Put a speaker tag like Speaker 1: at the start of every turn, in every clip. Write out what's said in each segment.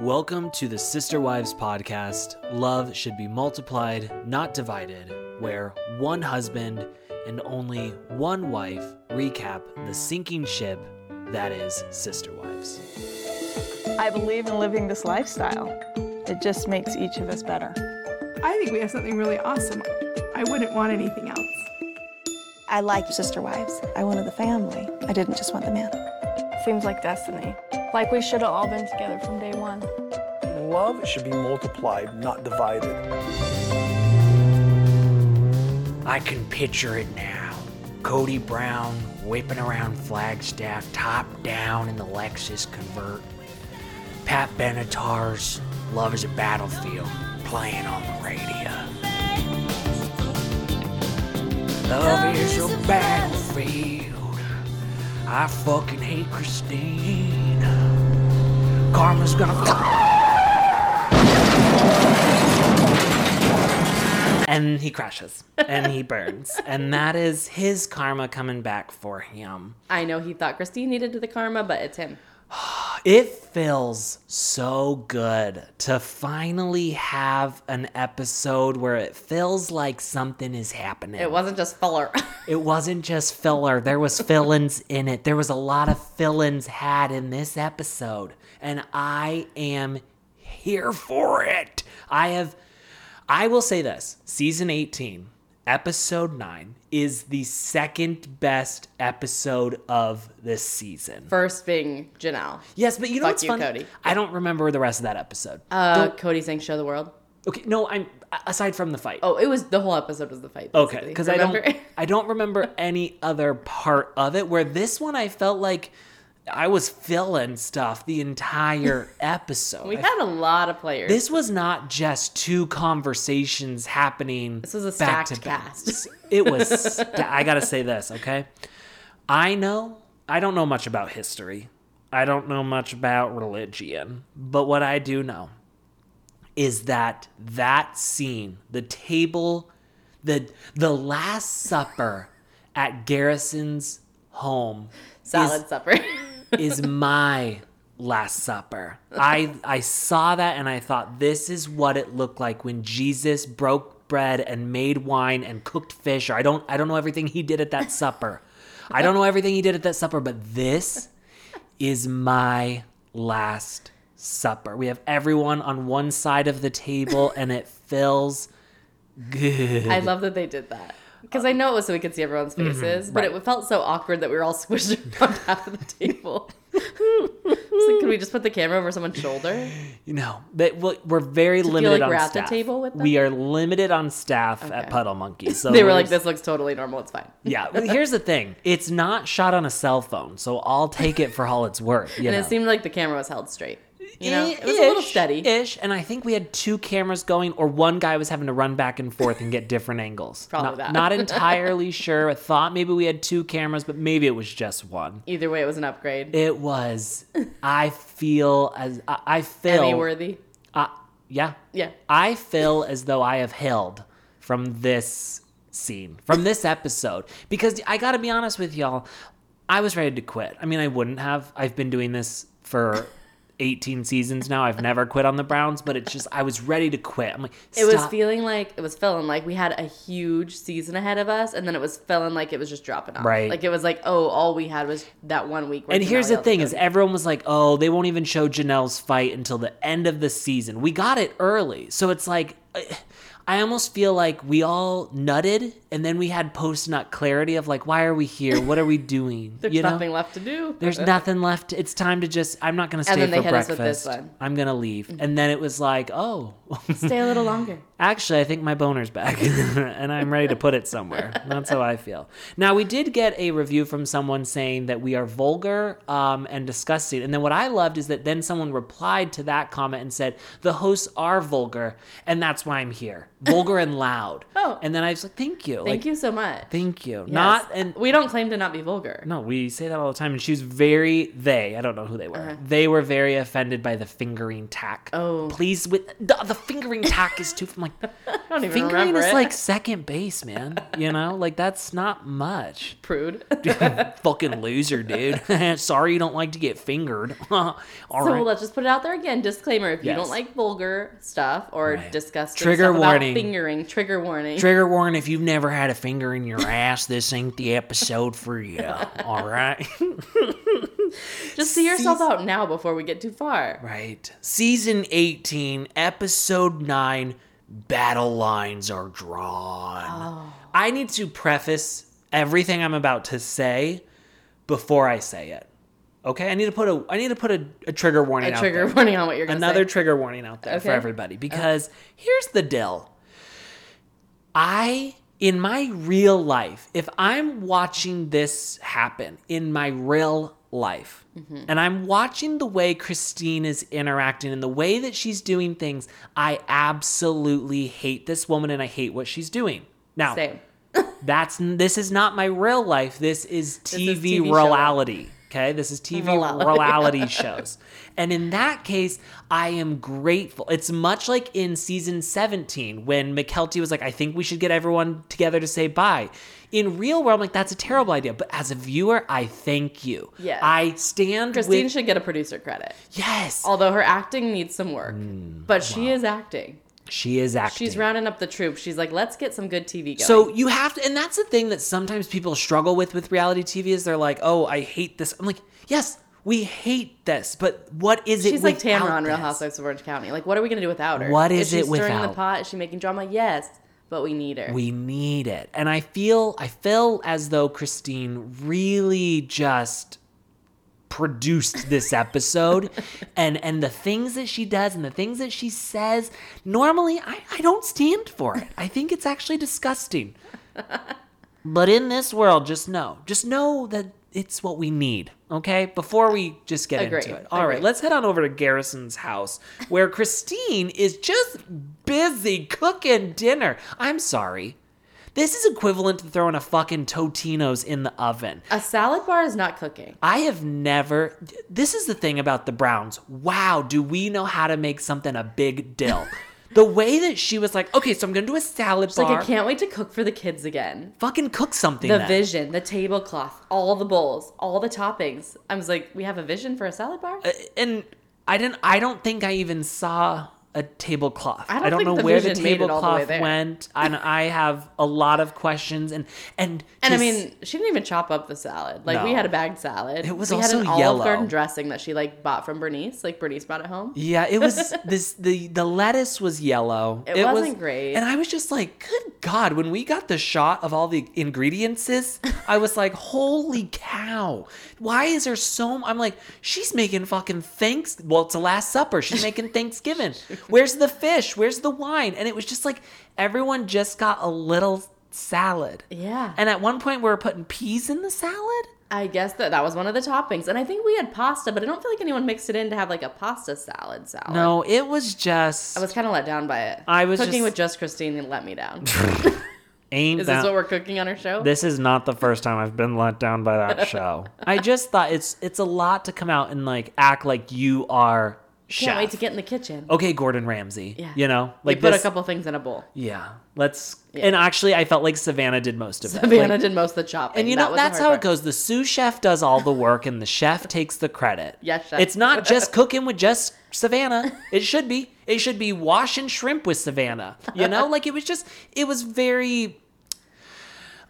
Speaker 1: Welcome to the Sister Wives podcast, Love Should Be Multiplied, Not Divided, where one husband and only one wife recap the sinking ship that is Sister Wives.
Speaker 2: I believe in living this lifestyle. It just makes each of us better.
Speaker 3: I think we have something really awesome. I wouldn't want anything else.
Speaker 4: I like sister wives. I wanted the family. I didn't just want the man.
Speaker 5: Seems like destiny. Like we should have all been together from day one.
Speaker 6: Love should be multiplied, not divided.
Speaker 7: I can picture it now. Cody Brown whipping around Flagstaff, top down in the Lexus Convert. Pat Benatar's Love is a Battlefield playing on the radio. Love is a battlefield. I fucking hate Christine. Karma's gonna.
Speaker 1: And he crashes and he burns. and that is his karma coming back for him.
Speaker 8: I know he thought Christine needed the karma, but it's him.
Speaker 1: It feels so good to finally have an episode where it feels like something is happening.
Speaker 8: It wasn't just filler.
Speaker 1: It wasn't just filler. There was fill-ins in it. There was a lot of fill-ins had in this episode, and I am here for it. I have I will say this. Season 18, episode 9 is the second best episode of this season.
Speaker 8: First being Janelle.
Speaker 1: Yes, but you know
Speaker 8: Fuck
Speaker 1: what's
Speaker 8: you,
Speaker 1: funny?
Speaker 8: Cody.
Speaker 1: I don't remember the rest of that episode.
Speaker 8: Uh, Cody saying "Show the World."
Speaker 1: okay, no, I'm aside from the fight.
Speaker 8: Oh, it was the whole episode was the fight.
Speaker 1: Okay,
Speaker 8: basically.
Speaker 1: because I don't
Speaker 8: Remember?
Speaker 1: I don't remember any other part of it. Where this one, I felt like I was filling stuff the entire episode.
Speaker 8: we
Speaker 1: I-
Speaker 8: had a lot of players.
Speaker 1: this was not just two conversations happening. This
Speaker 8: was a stacked cast.
Speaker 1: it was. sta- I gotta say this, okay? I know I don't know much about history. I don't know much about religion, but what I do know is that that scene, the table, the the last supper at Garrison's home
Speaker 8: salad supper.
Speaker 1: is my last supper. I I saw that and I thought this is what it looked like when Jesus broke bread and made wine and cooked fish. Or I don't I don't know everything he did at that supper. I don't know everything he did at that supper, but this is my last supper. We have everyone on one side of the table and it fills good.
Speaker 8: I love that they did that because I know it was so we could see everyone's
Speaker 1: Mm-hmm,
Speaker 8: faces, but it felt so awkward that we were all squished around half of the table. It's like, could we just put the camera over someone's shoulder?
Speaker 1: you know that we're we're very
Speaker 8: feel
Speaker 1: limited
Speaker 8: like
Speaker 1: on
Speaker 8: we're at the
Speaker 1: staff.
Speaker 8: table with them?
Speaker 1: We are limited on staff at
Speaker 8: Okay.
Speaker 1: Puddle Monkey. So
Speaker 8: they were
Speaker 1: we're
Speaker 8: like,
Speaker 1: just-
Speaker 8: "This looks totally normal. It's fine."
Speaker 1: Yeah, well, here's the thing. It's not shot on a cell phone, so I'll take it for all it's worth. You
Speaker 8: and
Speaker 1: know?
Speaker 8: it seemed like the camera was held straight. You know, it was a little
Speaker 1: Ish,
Speaker 8: steady.
Speaker 1: Ish, and I think we had two cameras going, or one guy was having to run back and forth and get different angles.
Speaker 8: Probably
Speaker 1: not,
Speaker 8: that.
Speaker 1: not entirely sure. I thought maybe we had two cameras, but maybe it was just one.
Speaker 8: Either way, it was an upgrade.
Speaker 1: It was. I feel as I, I feel.
Speaker 8: Emmy worthy.
Speaker 1: Uh, yeah.
Speaker 8: Yeah.
Speaker 1: I feel as though I have held from this scene, from this episode, because I got to be honest with y'all, I was ready to quit. I mean, I wouldn't have. I've been doing this for 18 seasons now. I've never quit on the Browns, but it's just I was ready to quit. I'm like,
Speaker 8: It was
Speaker 1: stop.
Speaker 8: feeling like it was feeling like we had a huge season ahead of us, and then it was feeling like it was just dropping off.
Speaker 1: Right.
Speaker 8: Like it was like, oh, all we had was that one week. where
Speaker 1: And
Speaker 8: Denali
Speaker 1: here's the
Speaker 8: yelled at
Speaker 1: thing: is
Speaker 8: Cody.
Speaker 1: everyone was like, "Oh, they won't even show Janelle's fight until the end of the season." We got it early, so it's like, I- I almost feel like we all nutted, and then we had post nut clarity of like, "Why are we here? What are we doing?"
Speaker 8: there's
Speaker 1: you know?
Speaker 8: nothing left to do.
Speaker 1: There's nothing left. It's time to just. I'm not gonna stay
Speaker 8: then they
Speaker 1: for
Speaker 8: hit us with
Speaker 1: breakfast.
Speaker 8: this one. Mm-hmm.
Speaker 1: I'm gonna leave, and then it was like, "Oh,
Speaker 8: Stay a little longer.
Speaker 1: actually, I think my boner's back, and I'm ready to put it somewhere." That's how I feel. Now we did get a review from someone saying that we are vulgar um, and disgusting, and then what I loved is that then someone replied to that comment and said, "The hosts are vulgar, and that's why I'm here. vulgar and loud.
Speaker 8: Oh.
Speaker 1: And then I was like, thank you.
Speaker 8: Thank
Speaker 1: like,
Speaker 8: you so much.
Speaker 1: Thank you.
Speaker 8: Yes. Uh,
Speaker 1: Not and
Speaker 8: we don't claim to not be vulgar.
Speaker 1: no, we say that all the time. And she was very they. I don't know who they were. They were very offended by the fingering tack.
Speaker 8: Uh-huh. Oh.
Speaker 1: please with the, the fingering tack is too. I'm like,
Speaker 8: I don't even
Speaker 1: fingering
Speaker 8: remember
Speaker 1: is
Speaker 8: it.
Speaker 1: like second base, man. You know, like that's not much.
Speaker 8: prude.
Speaker 1: Fucking loser, dude. Sorry you don't like to get fingered. all
Speaker 8: So
Speaker 1: right.
Speaker 8: let's just put it out there again. Disclaimer: If you
Speaker 1: Yes.
Speaker 8: don't like vulgar stuff or
Speaker 1: Right.
Speaker 8: disgusting
Speaker 1: Trigger
Speaker 8: stuff about
Speaker 1: warning.
Speaker 8: fingering, trigger warning.
Speaker 1: Trigger warning if you've never had a finger in your ass, this ain't the episode for you. All right.
Speaker 8: just see yourself out now before we get too far.
Speaker 1: Right. Season 18, episode 9 Battle Lines Are Drawn.
Speaker 8: Oh.
Speaker 1: I need to preface everything I'm about to say before I say it. Okay? I need to put a I need to put a, a trigger warning
Speaker 8: A
Speaker 1: out
Speaker 8: trigger
Speaker 1: there.
Speaker 8: warning on what you're gonna
Speaker 1: Another
Speaker 8: say.
Speaker 1: trigger warning out there for
Speaker 8: Okay. Uh.
Speaker 1: everybody because here's the deal. I in my real life, if I'm watching this happen in my real life,
Speaker 8: Mm-hmm.
Speaker 1: and I'm watching the way Christine is interacting and the way that she's doing things, I absolutely hate this woman and I hate what she's doing. Now,
Speaker 8: Same.
Speaker 1: that's this is not my real life. This is TV,
Speaker 8: is TV show.
Speaker 1: reality. Okay, this is TV reality,
Speaker 8: Reality.
Speaker 1: shows, and in that case, I am grateful. It's much like in season seventeen when McKelty was like, "I think we should get everyone together to say bye." In real world, I'm like, "That's a terrible idea," but as a viewer, I thank you.
Speaker 8: Yes.
Speaker 1: I stand
Speaker 8: Christine
Speaker 1: with
Speaker 8: should get a producer credit,
Speaker 1: yes.
Speaker 8: although her acting needs some work. but she is acting.
Speaker 1: She is Hmm, acting.
Speaker 8: She's rounding up the troops. She's like, let's get some good TV going.
Speaker 1: So you have to, and that's the thing that sometimes people struggle with with reality TV is they're like, oh, I hate this. I'm like, yes, we hate this, but what is it?
Speaker 8: she's like Tamara
Speaker 1: without
Speaker 8: on Real
Speaker 1: this?
Speaker 8: Housewives of Orange County. Like, what are we gonna do without her?
Speaker 1: What is
Speaker 8: she
Speaker 1: it
Speaker 8: stirring the
Speaker 1: without?
Speaker 8: pot? Is she making drama? Yes, but we need her.
Speaker 1: We need it, and I feel I feel as though Christine really just produced this episode and and the things that she does and the things that she says normally I, I don't stand for it i think it's actually disgusting but in this world just know just know that it's what we need okay before we just get
Speaker 8: Agree.
Speaker 1: into it all right,
Speaker 8: Agree.
Speaker 1: let's head on over to garrison's house where christine is just busy cooking dinner i'm sorry this is equivalent to throwing a fucking totino's in the oven
Speaker 8: a salad bar is not cooking.
Speaker 1: I have never. This is the thing about the Browns. Wow, do we know how to make something a big deal? the way that she was like, okay, so I'm gonna do a salad
Speaker 8: She's
Speaker 1: bar.
Speaker 8: like, I can't wait to cook for the kids again.
Speaker 1: fucking cook something.
Speaker 8: The
Speaker 1: then.
Speaker 8: vision, the tablecloth, all the bowls, all the toppings. I was like, we have a vision for a salad bar?
Speaker 1: uh, And I didn't. I don't think I even saw a tablecloth.
Speaker 8: I don't
Speaker 1: don't
Speaker 8: think
Speaker 1: know
Speaker 8: the
Speaker 1: where the
Speaker 8: vision made it all the way
Speaker 1: tablecloth
Speaker 8: there.
Speaker 1: went, and I have a lot of questions. And and
Speaker 8: and I
Speaker 1: to s-
Speaker 8: mean, she didn't even chop up the salad. Like we
Speaker 1: No.
Speaker 8: had a bagged salad.
Speaker 1: It was
Speaker 8: we
Speaker 1: also
Speaker 8: had an Olive
Speaker 1: yellow.
Speaker 8: Garden dressing that she like bought from Bernice. Like Bernice brought it home.
Speaker 1: Yeah, it was this the the lettuce was yellow.
Speaker 8: It wasn't great.
Speaker 1: And I was just like, good God, when we got the shot of all the ingredients, I was like, holy cow. Why is there so m-" I'm like, she's making fucking thanks well, it's a last supper. She's making Thanksgiving. Where's the fish? Where's the wine? And it was just like everyone just got a little salad.
Speaker 8: Yeah.
Speaker 1: And at one point we were putting peas in the salad.
Speaker 8: I guess that that was one of the toppings. And I think we had pasta, but I don't feel like anyone mixed it in to have like a pasta salad salad.
Speaker 1: No, it was just
Speaker 8: Oh, I was kind of let down by it.
Speaker 1: I was
Speaker 8: cooking
Speaker 1: just-
Speaker 8: with just Christine let me down.
Speaker 1: ain't
Speaker 8: Is
Speaker 1: that-
Speaker 8: this what we're cooking on our show?
Speaker 1: This is not the first time I've been let down by that show. I just thought it's it's a lot to come out and like act like you are chef.
Speaker 8: Can't wait to get in the kitchen.
Speaker 1: okay, Gordon Ramsay.
Speaker 8: Yeah.
Speaker 1: You know, like
Speaker 8: we put
Speaker 1: this-
Speaker 8: a couple things in a bowl.
Speaker 1: Yeah, let's. And actually, I felt like Savannah did most of it.
Speaker 8: Savannah
Speaker 1: Like,
Speaker 8: did most of the chopping.
Speaker 1: and you
Speaker 8: That
Speaker 1: know
Speaker 8: was the
Speaker 1: that's
Speaker 8: hard
Speaker 1: how
Speaker 8: part.
Speaker 1: it goes. The sous chef does all the work, and the chef takes the credit.
Speaker 8: Yes, chef.
Speaker 1: it's not just cooking with just Savannah. It should be. It should be washing shrimp with Savannah. You know, like it was just. It was very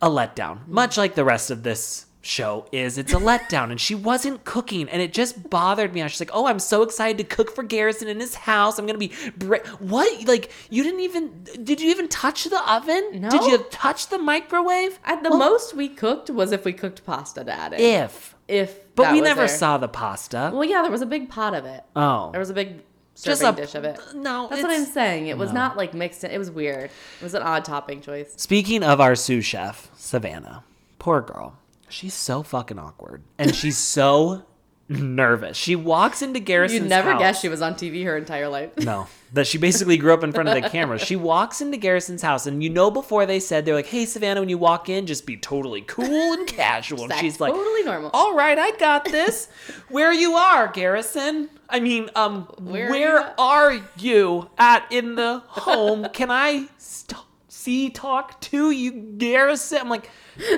Speaker 1: a
Speaker 8: Mm.
Speaker 1: letdown, much like the rest of this show is. It's a letdown, and she wasn't cooking, and it just bothered me. I was just like, "Oh, I'm so excited to cook for Garrison in his house. I'm gonna be bra- what? Like, you didn't even? Did you even touch the oven?
Speaker 8: No.
Speaker 1: Did you touch the microwave?
Speaker 8: At the most we cooked was if we cooked pasta to add it.
Speaker 1: if."
Speaker 8: If
Speaker 1: But
Speaker 8: that
Speaker 1: we
Speaker 8: was
Speaker 1: never
Speaker 8: there.
Speaker 1: saw the pasta.
Speaker 8: Well, yeah, there was a big pot of it.
Speaker 1: oh,
Speaker 8: There was a big
Speaker 1: Just
Speaker 8: serving
Speaker 1: a-
Speaker 8: dish of it.
Speaker 1: no,
Speaker 8: that's what I'm
Speaker 1: it's-
Speaker 8: saying. It was not like mixed in. It was weird. It was an odd topping choice.
Speaker 1: Speaking of our sous chef, Savannah, poor girl. She's so fucking awkward. And she's so nervous. She walks into Garrison's
Speaker 8: You'd never
Speaker 1: house.
Speaker 8: guess she was on TV her entire life.
Speaker 1: No, that she basically grew up in front of the camera. She walks into Garrison's house, and you know, before they said, they're like, hey, Savannah, when you walk in, just be totally cool and casual. And
Speaker 8: That's
Speaker 1: she's like,
Speaker 8: totally normal.
Speaker 1: all right, I got this. Where you are, Garrison? I mean, um, where,
Speaker 8: Where you at?
Speaker 1: are you at in the home? Can I st- see, talk to you, Garrison? I'm like,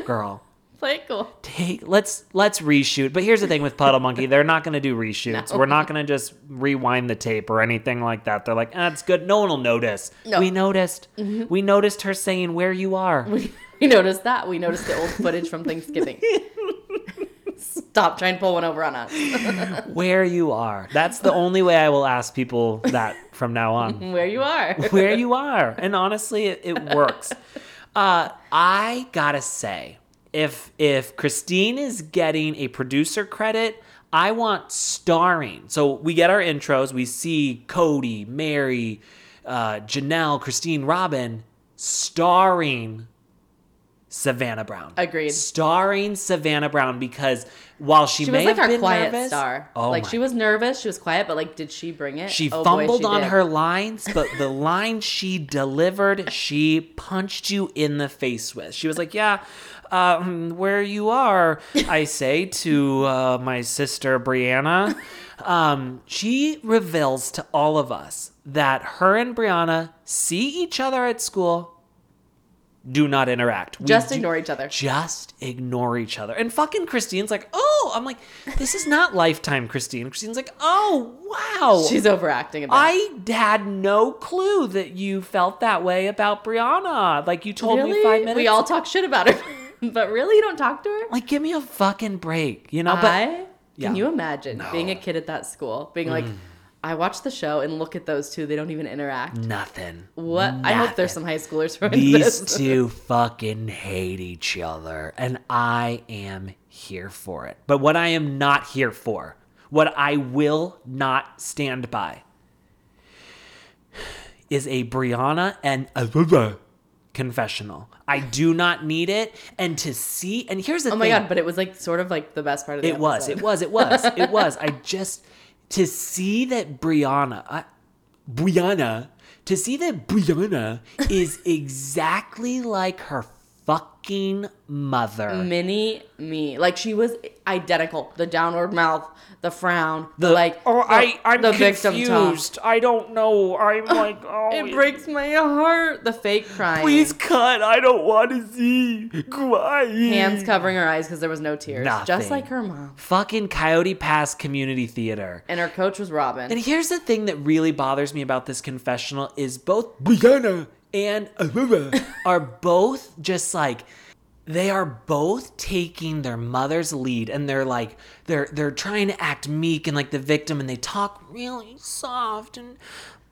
Speaker 1: girl.
Speaker 8: Play it cool.
Speaker 1: Hey, let's let's reshoot. But here's the thing with Puddle Monkey, they're not going to do reshoots. We're not going to just rewind the tape or anything like that. They're like, "That's good. No one will notice."
Speaker 8: No. Mm-hmm.
Speaker 1: We noticed. We noticed her saying where you are.
Speaker 8: We noticed that. We noticed the old footage from Thanksgiving. Stop trying to pull one over on us.
Speaker 1: Where you are. That's the only way I will ask people that from now on.
Speaker 8: Where you are.
Speaker 1: where you are. And honestly, it, it works. Uh, I gotta say, if if Christine is getting a producer credit, I want starring. So we get our intros. We see Cody, Mary, uh, Janelle, Christine, Robin starring Savannah Brown.
Speaker 8: Agreed.
Speaker 1: Starring Savannah Brown because while she,
Speaker 8: She
Speaker 1: may
Speaker 8: was like
Speaker 1: have
Speaker 8: our
Speaker 1: been
Speaker 8: quiet
Speaker 1: nervous,
Speaker 8: star.
Speaker 1: oh
Speaker 8: like
Speaker 1: my
Speaker 8: she was nervous, she was quiet, but like, did she bring it?
Speaker 1: she
Speaker 8: Oh, boy,
Speaker 1: fumbled on
Speaker 8: did.
Speaker 1: her lines, but the line she delivered, she punched you in the face with. She was like, "Yeah, um, where you are," I say to uh, my sister Brianna. Um, she reveals to all of us that her and Brianna see each other at school, do not interact. We
Speaker 8: Just
Speaker 1: do-
Speaker 8: ignore each other.
Speaker 1: just ignore each other. And fucking Christine's like, oh, I'm like, this is not lifetime, Christine. Christine's like, oh, wow.
Speaker 8: She's overacting a bit.
Speaker 1: I had no clue that you felt that way about Brianna. Like you told
Speaker 8: really?
Speaker 1: me five minutes.
Speaker 8: We all talk shit about her, but really, you don't talk to her.
Speaker 1: like give me a fucking break, you know?
Speaker 8: I
Speaker 1: But Yeah. Mm.
Speaker 8: can you imagine being a kid at that school, being like, I watched the show and look at those two; they don't even interact.
Speaker 1: nothing.
Speaker 8: What? I hope
Speaker 1: Nothing.
Speaker 8: there's some high schoolers from
Speaker 1: These
Speaker 8: this.
Speaker 1: two fucking hate each other, and I am here for it. But what I am not here for, what I will not stand by, is a Brianna and a confessional. I do not need it. And to see, and here's the
Speaker 8: Oh
Speaker 1: thing.
Speaker 8: my god! But it was like sort of like the best part of the
Speaker 1: It was. It
Speaker 8: episode.
Speaker 1: was. It was. It was. I just to see that Brianna, I, Brianna, to see that Brianna is exactly like her fucking mother.
Speaker 8: Mini me, like she was identical. The downward mouth, the frown, the,
Speaker 1: The-
Speaker 8: like.
Speaker 1: oh,
Speaker 8: the-
Speaker 1: I, I'm
Speaker 8: the victim talk.
Speaker 1: confused. I don't know. I'm like, oh,
Speaker 8: It breaks my heart. The fake crying.
Speaker 1: Please cut. I don't want to see. Crying.
Speaker 8: Hands covering her eyes because there was no tears.
Speaker 1: Nothing.
Speaker 8: Just like her mom.
Speaker 1: Fucking Coyote Pass Community Theater.
Speaker 8: And her coach was Robin.
Speaker 1: And here's the thing that really bothers me about this confessional is both Brianna and Aurora are both just like they are both taking their mother's lead and they're like they're they're trying to act meek and like the victim and they talk really soft and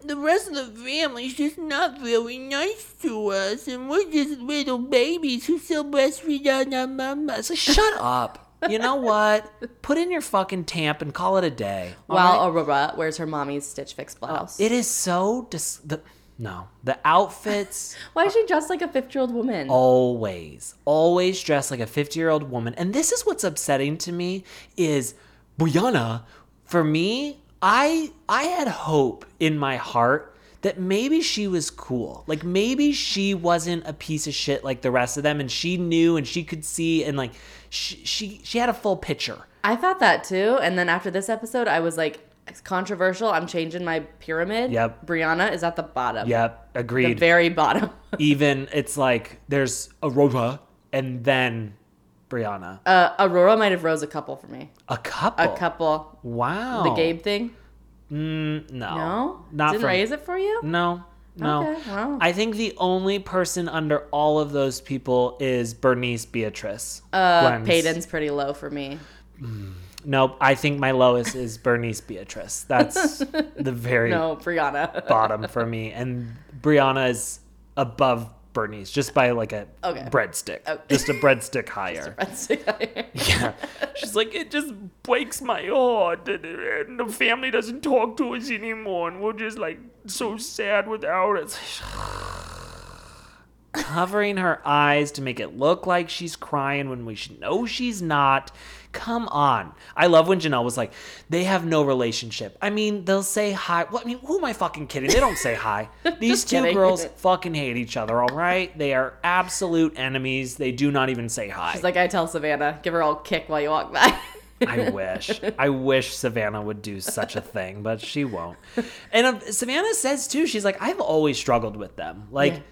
Speaker 1: the rest of the family's just not very nice to us and we're just little babies who still breastfeed on our mama. It's like shut up. You know what? Put in your fucking tamp and call it a day. all right?
Speaker 8: while Aurora wears her mommy's Stitch Fix blouse.
Speaker 1: Oh, It is so dis- the no the outfits
Speaker 8: Why is she dressed like a 50 year old woman?
Speaker 1: Oh. always always dressed like a 50 year old woman and this is what's upsetting to me is Brianna for me I I had hope in my heart that maybe she was cool like maybe she wasn't a piece of shit like the rest of them and she knew and she could see and like she she, she had a full picture
Speaker 8: I thought that too. And then after this episode, I was like, it's controversial. I'm changing my pyramid.
Speaker 1: Yep.
Speaker 8: Brianna is at the bottom.
Speaker 1: yep
Speaker 8: The
Speaker 1: agreed
Speaker 8: very bottom.
Speaker 1: even it's like there's Aurora and then Brianna
Speaker 8: Uh, Aurora might have rose a couple for me.
Speaker 1: A couple.
Speaker 8: A couple.
Speaker 1: Wow.
Speaker 8: The Gabe thing.
Speaker 1: Mm, no.
Speaker 8: No?
Speaker 1: Not
Speaker 8: Didn't
Speaker 1: for
Speaker 8: raise it for you?
Speaker 1: No. No.
Speaker 8: Okay, wow.
Speaker 1: I think the only person under all of those people is Bernice Beatrice.
Speaker 8: Uh,
Speaker 1: Gwen's-
Speaker 8: Peyton's pretty low for me.
Speaker 1: Nope. I think my lowest is Bernice Beatrice. That's the very
Speaker 8: No, Brianna.
Speaker 1: bottom for me. And Brianna is above Bernice just by like a
Speaker 8: Okay. Oh.
Speaker 1: breadstick. Just a breadstick higher. Yeah. She's like, it just breaks my heart. that the family doesn't talk to us anymore, and we're just like so sad without it. covering her eyes to make it look like she's crying when we should know she's not. Come on. I love when Janelle was like, they have no relationship. I mean, they'll say hi. Well, I mean, who am I fucking kidding? They don't say hi. These two
Speaker 8: kidding.
Speaker 1: girls fucking hate each other, all right? They are absolute enemies. They do not even say hi.
Speaker 8: It's like I tell Savannah, give her all kick while you walk by.
Speaker 1: I wish. I wish Savannah would do such a thing, but she won't. And uh, Savannah says too, she's like, I've always struggled with them. Like,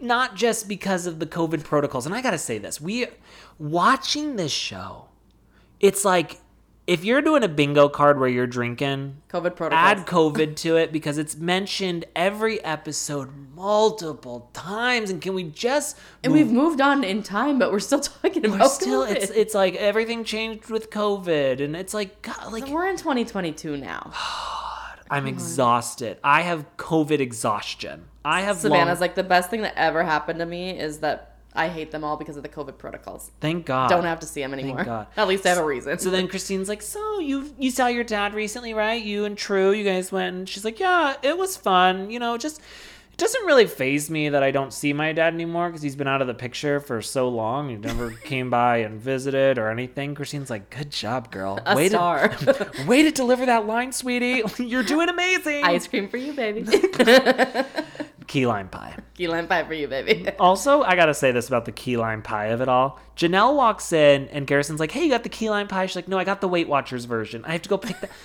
Speaker 1: not just because of the COVID protocols. And I got to say this we watching this show, it's like if you're doing a bingo card where you're drinking,
Speaker 8: COVID protocols.
Speaker 1: add COVID to it because it's mentioned every episode multiple times. And can we just
Speaker 8: and we've moved on in time, but we're still talking about
Speaker 1: we're still
Speaker 8: COVID.
Speaker 1: it's it's like everything changed with COVID and it's like God, like
Speaker 8: we're in 2022 now.
Speaker 1: I'm
Speaker 8: Mm-hmm.
Speaker 1: exhausted. I have COVID exhaustion. I have
Speaker 8: Savannah's
Speaker 1: long-
Speaker 8: like the best thing that ever happened to me is that I hate them all because of the COVID protocols.
Speaker 1: Thank God.
Speaker 8: Don't have to see them anymore.
Speaker 1: God.
Speaker 8: At least I have a reason.
Speaker 1: So then Christine's like, so you you saw your dad recently, right? You and True, you guys went. And she's like, yeah, it was fun. You know, just it doesn't really phase me that I don't see my dad anymore because he's been out of the picture for so long. He never came by and visited or anything. Christine's like, good job, girl.
Speaker 8: a
Speaker 1: way
Speaker 8: star.
Speaker 1: to way to deliver that line, sweetie. You're doing amazing.
Speaker 8: Ice cream for you, baby.
Speaker 1: Key lime pie.
Speaker 8: Key lime pie for you, baby.
Speaker 1: Also, I gotta say this about the key lime pie of it all. Janelle walks in and Garrison's like, "Hey, you got the key lime pie?" She's like, "No, I got the Weight Watchers version. I have to go pick that."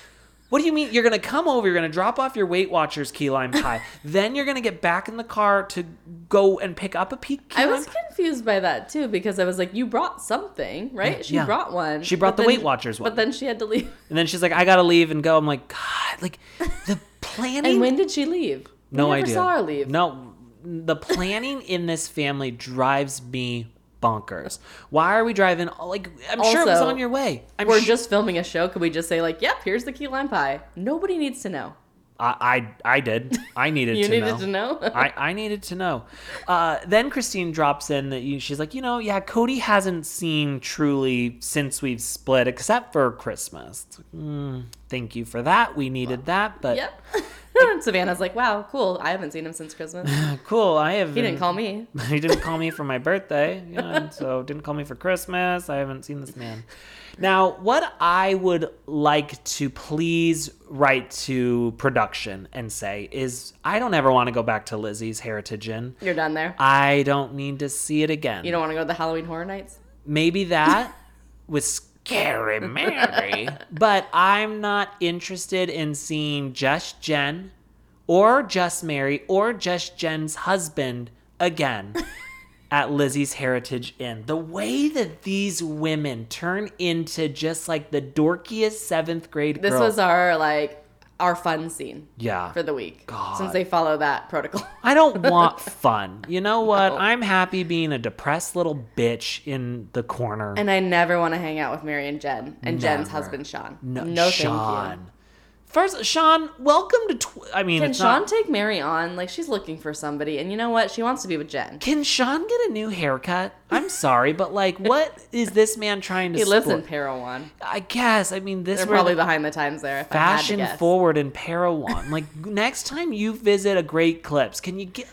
Speaker 1: What do you mean? You're gonna come over? You're gonna drop off your Weight Watchers key lime pie, then you're gonna get back in the car to go and pick up a pe- key
Speaker 8: I
Speaker 1: lime
Speaker 8: was
Speaker 1: pie?
Speaker 8: confused by that too because I was like, you brought something, right? She
Speaker 1: Yeah.
Speaker 8: brought one.
Speaker 1: She brought
Speaker 8: But
Speaker 1: the
Speaker 8: then-
Speaker 1: Weight Watchers one.
Speaker 8: But then she had to leave.
Speaker 1: And then she's like, "I gotta leave and go." I'm like, "God, like the planning."
Speaker 8: And when did she leave? We
Speaker 1: No
Speaker 8: never
Speaker 1: idea.
Speaker 8: saw her leave.
Speaker 1: No, the planning in this family drives me bonkers. Why are we driving? Like, I'm sure it was
Speaker 8: Also,
Speaker 1: on your way. I'm
Speaker 8: We're
Speaker 1: su-
Speaker 8: just filming a show. Could we just say like, yep, here's the key lime pie. Nobody needs to know.
Speaker 1: I, I I did. I needed
Speaker 8: You
Speaker 1: to
Speaker 8: needed
Speaker 1: know.
Speaker 8: to know?
Speaker 1: I, I needed to know. Uh, then Christine drops in that you, she's like, you know, yeah, Cody hasn't seen truly since we've split, except for Christmas. It's like, mm, thank you for that. We needed that, but
Speaker 8: Yep. Savannah's like, wow, cool. I haven't seen him since Christmas.
Speaker 1: cool. I have.
Speaker 8: He didn't call me.
Speaker 1: he didn't call me for my birthday, you know, and so didn't call me for Christmas. I haven't seen this man. Now, what I would like to please write to production and say is I don't ever want to go back to Lizzie's Heritage Inn.
Speaker 8: You're done there.
Speaker 1: I don't need to see it again.
Speaker 8: You don't want to go to the Halloween Horror Nights?
Speaker 1: maybe that was scary Mary, but I'm not interested in seeing just Jen or just Mary or just Jen's husband again at Lizzie's Heritage Inn. The way that these women turn into just like the dorkiest seventh grade
Speaker 8: This
Speaker 1: girl.
Speaker 8: was our like our fun scene
Speaker 1: yeah.
Speaker 8: for the week.
Speaker 1: God.
Speaker 8: Since they follow that protocol.
Speaker 1: I don't want fun. You know what? I'm happy being a depressed little bitch in the corner.
Speaker 8: And I never want to hang out with Mary and Jen and Jen's
Speaker 1: Never.
Speaker 8: husband Sean.
Speaker 1: No,
Speaker 8: No,
Speaker 1: Sean.
Speaker 8: thank you.
Speaker 1: First, Sean, welcome to. Tw- I mean,
Speaker 8: Can
Speaker 1: it's
Speaker 8: Sean
Speaker 1: not-
Speaker 8: take Mary on? Like she's looking for somebody, and you know what? She wants to be with Jen.
Speaker 1: can Sean get a new haircut? I'm sorry, but like, what is this man trying to?
Speaker 8: He lives in
Speaker 1: sport?
Speaker 8: Parowan.
Speaker 1: I guess. I mean, this
Speaker 8: They're
Speaker 1: were
Speaker 8: probably
Speaker 1: the
Speaker 8: behind the times there. If I
Speaker 1: fashion
Speaker 8: had to guess.
Speaker 1: forward in Parawan. Like next time you visit a Great Clips, can you get?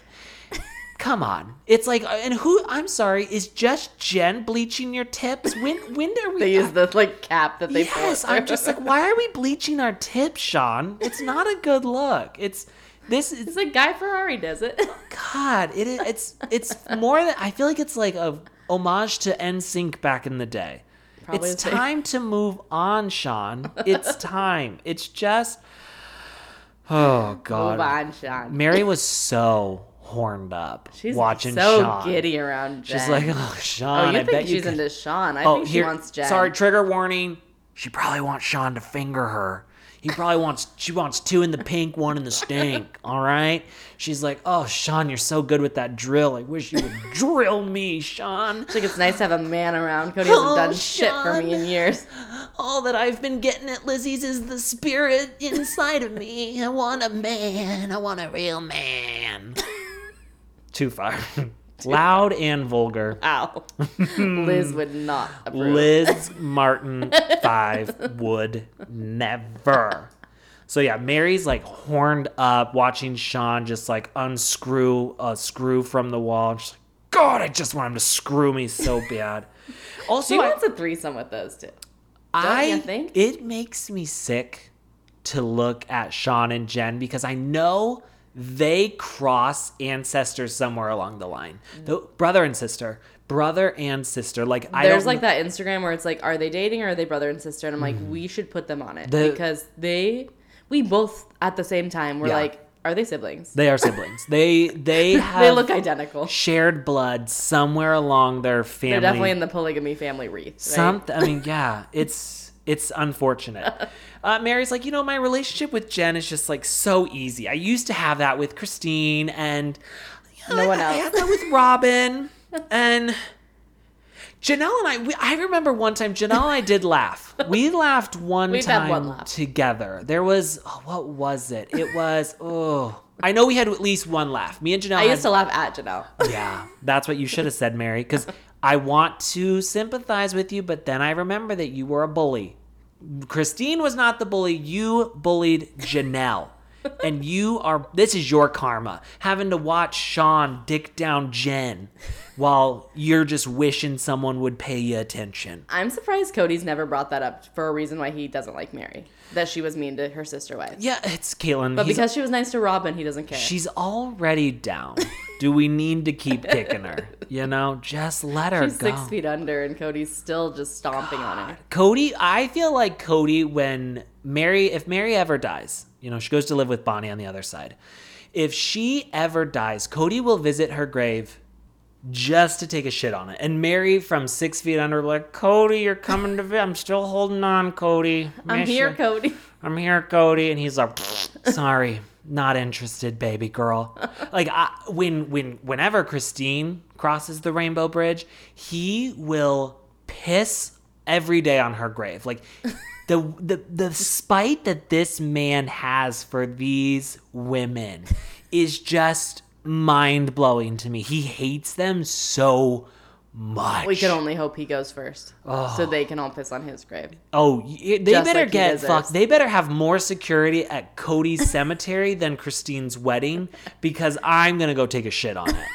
Speaker 1: Come on, it's like, uh, and who? I'm sorry, is just Jen bleaching your tips? When when are we? uh,
Speaker 8: They use the like cap that they.
Speaker 1: yes,
Speaker 8: pour
Speaker 1: I'm just
Speaker 8: through.
Speaker 1: like, why are we bleaching our tips, Sean? It's not a good look. It's this is
Speaker 8: It's like Guy Ferrari does it.
Speaker 1: God, it is. It's it's more than I feel like it's like a homage to NSYNC back in the day.
Speaker 8: Probably
Speaker 1: it's
Speaker 8: the same.
Speaker 1: time to move on, Sean. It's time. It's just. Oh God,
Speaker 8: Move on, Sean.
Speaker 1: Mary was so horned up
Speaker 8: She's
Speaker 1: watching
Speaker 8: so
Speaker 1: Sean.
Speaker 8: giddy around Jen.
Speaker 1: She's like, oh Sean,
Speaker 8: oh, you
Speaker 1: I
Speaker 8: think
Speaker 1: bet you
Speaker 8: she's
Speaker 1: could-
Speaker 8: into Sean? I think she wants Jen.
Speaker 1: Oh, Sorry, trigger warning. She probably wants Sean to finger her. He probably wants she wants two in the pink, one in the stink. All right. She's like, oh Sean, you're so good with that drill. I wish you would drill me, Sean.
Speaker 8: Like it's nice to have a man around. Cody
Speaker 1: Oh,
Speaker 8: hasn't done shit for me
Speaker 1: Sean.
Speaker 8: in years.
Speaker 1: All that I've been getting at Lizzie's is the spirit inside of me. I want a man. I want a real man. Too far. Loud and vulgar.
Speaker 8: Ow. Liz would not approve.
Speaker 1: Liz Martin Five would never. So yeah, Mary's like horned up, watching Sean just like unscrew a screw uh, from the wall. And she's like, God, I just want him to screw me so bad. Also,
Speaker 8: She
Speaker 1: I-
Speaker 8: wants a threesome with those two.
Speaker 1: I
Speaker 8: you think?
Speaker 1: it makes me sick to look at Sean and Jen because I know they cross ancestors somewhere along the line.
Speaker 8: Mm.
Speaker 1: The brother and sister, brother and sister. Like I don't
Speaker 8: There's
Speaker 1: Mm.
Speaker 8: like that Instagram where it's like, are they dating or are they brother and sister? And I'm like, we should put them on it
Speaker 1: The-
Speaker 8: because they, we both at the same time were
Speaker 1: Yeah.
Speaker 8: like, are they siblings?
Speaker 1: They are siblings. they they have
Speaker 8: They look identical.
Speaker 1: shared blood somewhere along their family.
Speaker 8: They're definitely in the polygamy family wreath. Right?
Speaker 1: Something. I mean, yeah, it's it's unfortunate. Uh, Mary's like, you know, my relationship with Jen is just like so easy. I used to have that with Christine and you know,
Speaker 8: No one
Speaker 1: I, I
Speaker 8: else.
Speaker 1: had that with Robin and. Janelle and I, we, I remember one time Janelle and I did laugh. We laughed one
Speaker 8: We've
Speaker 1: time
Speaker 8: had one laugh.
Speaker 1: together. There was, oh, what was it? It was, oh, I know we had at least one laugh. Me and Janelle
Speaker 8: I
Speaker 1: had
Speaker 8: used to laugh at Janelle.
Speaker 1: yeah, that's what you should have said, Mary, because I want to sympathize with you, but then I remember that you were a bully. Christine was not the bully. You bullied Janelle. And you are, this is your karma, having to watch Sean dick down Jen while you're just wishing someone would pay you attention.
Speaker 8: I'm surprised Cody's never brought that up for a reason why he doesn't like Mary. That she was mean to her sister wife.
Speaker 1: Yeah, it's Caitlin.
Speaker 8: But
Speaker 1: He's-
Speaker 8: because she was nice to Robin, he doesn't care.
Speaker 1: she's already down. Do we need to keep kicking her? You know, just let her
Speaker 8: She's
Speaker 1: go.
Speaker 8: six feet under, and Cody's still just stomping on her.
Speaker 1: Cody, I feel like Cody, when Mary, if Mary ever dies, you know, she goes to live with Bonnie on the other side. If she ever dies, Cody will visit her grave just to take a shit on it. And Mary from six feet under, will be like, Cody, you're coming to, vi- I'm still holding on, Cody.
Speaker 8: I'm
Speaker 1: Miss
Speaker 8: here,
Speaker 1: ya.
Speaker 8: Cody.
Speaker 1: I'm here, Cody. And he's like, sorry, not interested, baby girl. Like I, when, when, whenever Christine crosses the rainbow bridge, he will piss every day on her grave. Like the, the, the spite that this man has for these women is just mind blowing to me. He hates them so much.
Speaker 8: We can only hope he goes first, so they can all piss on his grave.
Speaker 1: Oh, y- they
Speaker 8: Just
Speaker 1: better
Speaker 8: like he
Speaker 1: get
Speaker 8: does
Speaker 1: fucked.
Speaker 8: us.
Speaker 1: They better have more security at Cody's cemetery than Christine's wedding because I'm going to go take a shit on it.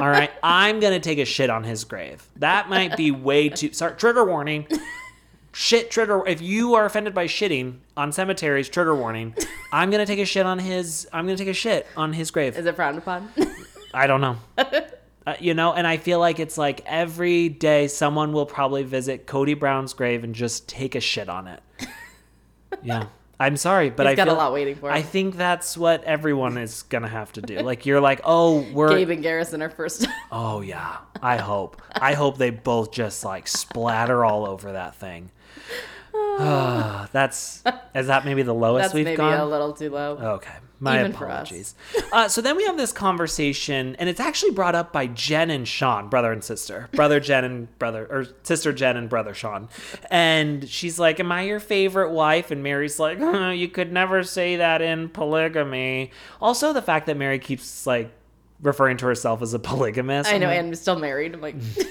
Speaker 1: All right. I'm going to take a shit on his grave. That might be way too. Sorry, trigger warning. Shit trigger. If you are offended by shitting on cemeteries, trigger warning. I'm going to take a shit on his. I'm going to take a shit on his grave.
Speaker 8: Is it frowned upon?
Speaker 1: I don't know. Uh, you know, and I feel like it's like every day someone will probably visit Cody Brown's grave and just take a shit on it. Yeah. I'm sorry, but
Speaker 8: He's
Speaker 1: I
Speaker 8: got a
Speaker 1: feel-
Speaker 8: lot waiting for
Speaker 1: I
Speaker 8: him.
Speaker 1: think that's what everyone is gonna have to do. Like you're like, oh, we're
Speaker 8: Gabe and Garrison are first.
Speaker 1: oh yeah. I hope. I hope they both just like splatter all over that thing. Ah, that's is that maybe the lowest
Speaker 8: That's
Speaker 1: we've
Speaker 8: maybe
Speaker 1: gone? Oh,
Speaker 8: a little too low.
Speaker 1: Okay. My
Speaker 8: Even for us.
Speaker 1: apologies. uh, so then we have this conversation, and it's actually brought up by Jen and Sean, brother and sister. Brother Jen and brother, or sister Jen and brother Sean. And she's like, Am I your favorite wife? And Mary's like, "Huh, You could never say that in polygamy. Also, the fact that Mary keeps like, Referring to herself as a polygamist.
Speaker 8: I
Speaker 1: I'm
Speaker 8: know,
Speaker 1: like,
Speaker 8: and I'm still married. I'm like,
Speaker 1: Mm.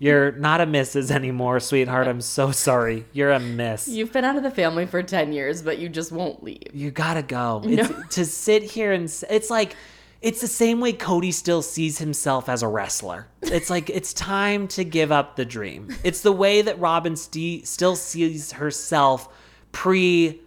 Speaker 1: You're not a Mrs. anymore, sweetheart. I'm so sorry. You're a miss.
Speaker 8: you've been out of the family for ten years, but you just won't leave.
Speaker 1: You gotta go. It's, to sit here and s- it's like it's the same way Cody still sees himself as a wrestler. It's like it's time to give up the dream. It's the way that Robin st- still sees herself pre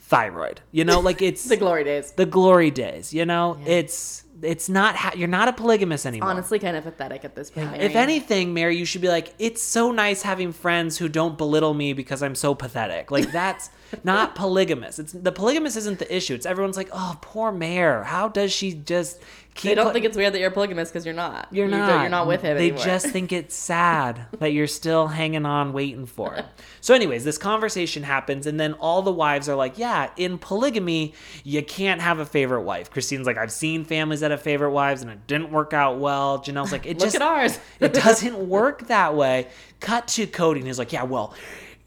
Speaker 1: thyroid. You know, like it's
Speaker 8: The glory days.
Speaker 1: the glory days. You know, it's it's not ha- you're not a polygamist anymore.
Speaker 8: Honestly, kind of pathetic at this point.
Speaker 1: If
Speaker 8: Mary.
Speaker 1: anything, Mary, you should be like, it's so nice having friends who don't belittle me because I'm so pathetic. Like that's not polygamous. It's the polygamous isn't the issue. It's everyone's like, oh, poor Mare. How does she just keep?
Speaker 8: they don't
Speaker 1: put-
Speaker 8: think it's weird that you're polygamous because you're not.
Speaker 1: you're
Speaker 8: You
Speaker 1: not.
Speaker 8: don't- You're not with him.
Speaker 1: They
Speaker 8: anymore.
Speaker 1: just think it's sad that you're still hanging on, waiting for it. So, anyways, this conversation happens, and then all the wives are like, "Yeah, in polygamy, you can't have a favorite wife." Christine's like, "I've seen families that have favorite wives, and it didn't work out well." Janelle's like, "It
Speaker 8: look
Speaker 1: just
Speaker 8: at ours.
Speaker 1: it doesn't work that way. Cut to Cody, and he's like, Yeah, well,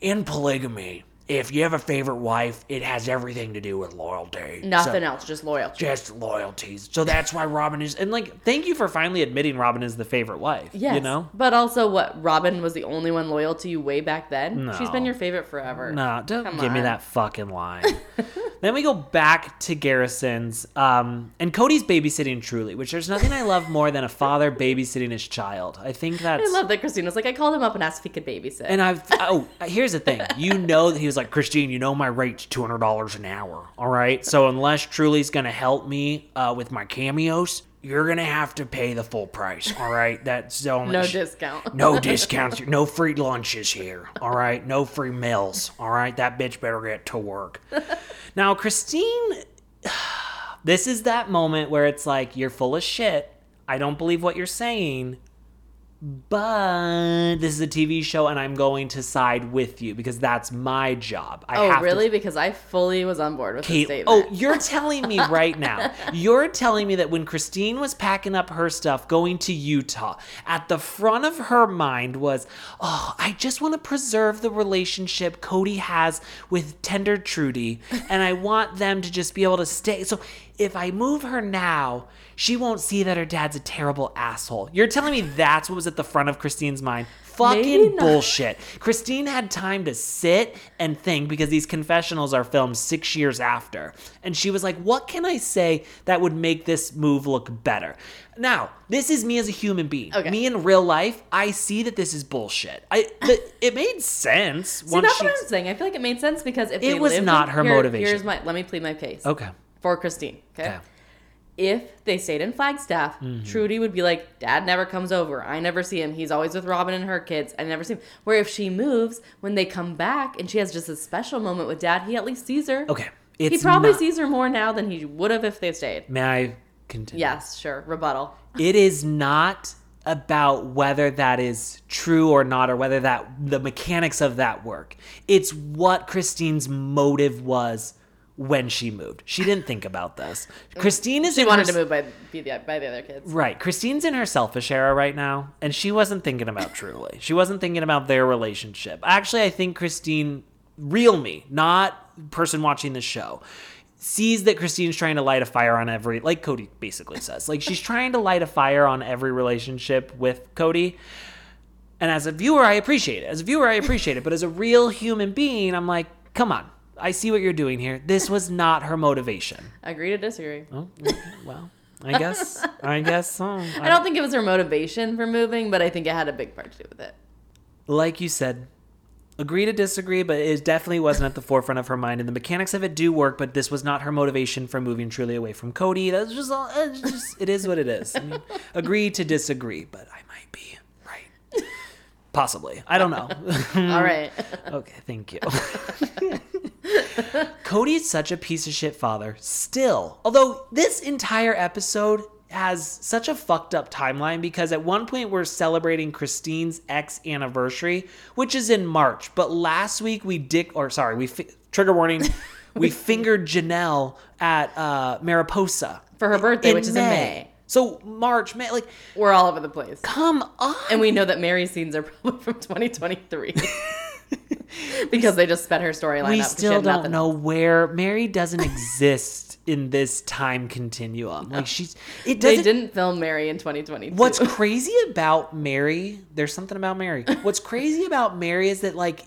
Speaker 7: In polygamy, if you have a favorite wife, it has everything to do with loyalty.
Speaker 8: Nothing else, just loyalty.
Speaker 7: Just loyalties. So
Speaker 1: so that's why Robin is. And like, thank you for finally admitting Robin is the favorite wife.
Speaker 8: Yes.
Speaker 1: You know?
Speaker 8: But also, what? Robin was the only one loyal to you way back then?
Speaker 1: No.
Speaker 8: She's been your favorite forever.
Speaker 1: No, don't
Speaker 8: Come
Speaker 1: give me
Speaker 8: on.
Speaker 1: that fucking line. Then we go back to Garrison's, um, and Cody's babysitting Truly, which there's nothing I love more than a father babysitting his child. I think that's.
Speaker 8: I love that Christina's like, I called him up and asked if he could babysit.
Speaker 1: And I've oh, here's the thing. You know that he was like Christine. You know my rate's two hundred dollars an hour. All right. So unless Truly's gonna help me uh, with my cameos, you're gonna have to pay the full price. All right. That's the only
Speaker 8: no
Speaker 1: sh-
Speaker 8: discount.
Speaker 1: No discounts. No free lunches here. All right. No free meals. All right. That bitch better get to work. Now Christine, this is that moment where it's like you're full of shit. I don't believe what you're saying but this is a TV show and I'm going to side with you because that's my job. I have
Speaker 8: oh,
Speaker 1: to-
Speaker 8: really? Because I fully was on board with the
Speaker 1: Kate,
Speaker 8: statement.
Speaker 1: oh, you're telling me right now. You're telling me that when Christine was packing up her stuff going to Utah, at the front of her mind was, oh, I just want to preserve the relationship Cody has with Tender Trudy, and I want them to just be able to stay. So if I move her now, she won't see that her dad's a terrible asshole. You're telling me that's what was at the front of Christine's mind? Fucking bullshit. Christine had time to sit and think because these confessionals are filmed six years after. And she was like, what can I say that would make this move look better? Now, this is me as a human being.
Speaker 8: Okay.
Speaker 1: Me in real life, I see that this is bullshit. I the, it made sense.
Speaker 8: See, that's what I'm saying. I feel like it made sense because if
Speaker 1: It
Speaker 8: they
Speaker 1: was
Speaker 8: lived
Speaker 1: not
Speaker 8: in-
Speaker 1: her
Speaker 8: here-
Speaker 1: motivation.
Speaker 8: Here's my. Let me plead my case.
Speaker 1: okay.
Speaker 8: For Christine. Okay.
Speaker 1: Okay. Mm-hmm.
Speaker 8: If they stayed in Flagstaff, Trudy would be like, "Dad never comes over. I never see him. He's always with Robin and her kids. I never see him." Where if she moves, when they come back, and she has just a special moment with Dad, he at least sees her.
Speaker 1: Okay.
Speaker 8: He
Speaker 1: It's
Speaker 8: probably
Speaker 1: not-
Speaker 8: sees her more now than he would have if they stayed.
Speaker 1: May I continue?
Speaker 8: Yes, sure. Rebuttal.
Speaker 1: it is not about whether that is true or not or whether that the mechanics of that work it's what christine's motive was when she moved she didn't think about this christine is
Speaker 8: She
Speaker 1: in
Speaker 8: wanted
Speaker 1: her-
Speaker 8: to move by be the, by the other kids.
Speaker 1: Right. Christine's in her selfish era right now, and she wasn't thinking about Truly. She wasn't thinking about their relationship. Actually, I think Christine, real me, not person watching the show, sees that Christine's trying to light a fire on every, like Cody basically says, like she's trying to light a fire on every relationship with Cody. And as a viewer, I appreciate it. As a viewer, I appreciate it. But as a real human being, I'm like, come on. I see what you're doing here. This was not her motivation. Oh,
Speaker 8: Agree to disagree.
Speaker 1: Well, I guess, I guess so.
Speaker 8: I don't think it was her motivation for moving, but I think it had a big part to do with it.
Speaker 1: like you said, agree to disagree, but it definitely wasn't at the forefront of her mind. And the mechanics of it do work, but this was not her motivation for moving truly away from Cody. That's just all. It's just, it is what it is. I mean, agree to disagree, but I might be right. Possibly. I don't know.
Speaker 8: All right.
Speaker 1: Okay, thank you. Cody is such a piece of shit father, still. Although this entire episode has such a fucked up timeline because at one point we're celebrating Christine's ex anniversary, which is in March. But last week we dick, or sorry, we fi- trigger warning, we fingered Janelle at uh, Mariposa
Speaker 8: For her birthday, which is in May.
Speaker 1: So March, May, like,
Speaker 8: We're all over the place.
Speaker 1: come on.
Speaker 8: And we know that Mary's scenes are probably from 2023. because they just sped her storyline up.
Speaker 1: we
Speaker 8: 'cause she
Speaker 1: still
Speaker 8: had
Speaker 1: don't
Speaker 8: nothing.
Speaker 1: know where Mary doesn't exist in this time continuum. Like she's it
Speaker 8: They
Speaker 1: doesn't.
Speaker 8: didn't film Mary in 2022.
Speaker 1: what's crazy about Mary? There's something about Mary. What's crazy about Mary is that like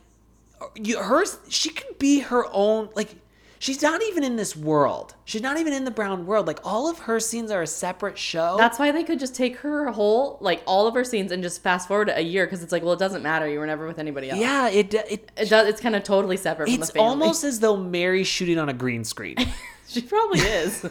Speaker 1: you, hers she could be her own like she's not even in this world. She's not even in the brown world. Like all of her scenes are a separate show.
Speaker 8: That's why they could just take her whole, like all of her scenes and just fast forward a year because it's like, well, it doesn't matter. You were never with anybody else.
Speaker 1: yeah, it it
Speaker 8: It does, it's kind of totally separate from the
Speaker 1: it's
Speaker 8: family.
Speaker 1: almost as though Mary's shooting on a green screen.
Speaker 8: She probably is.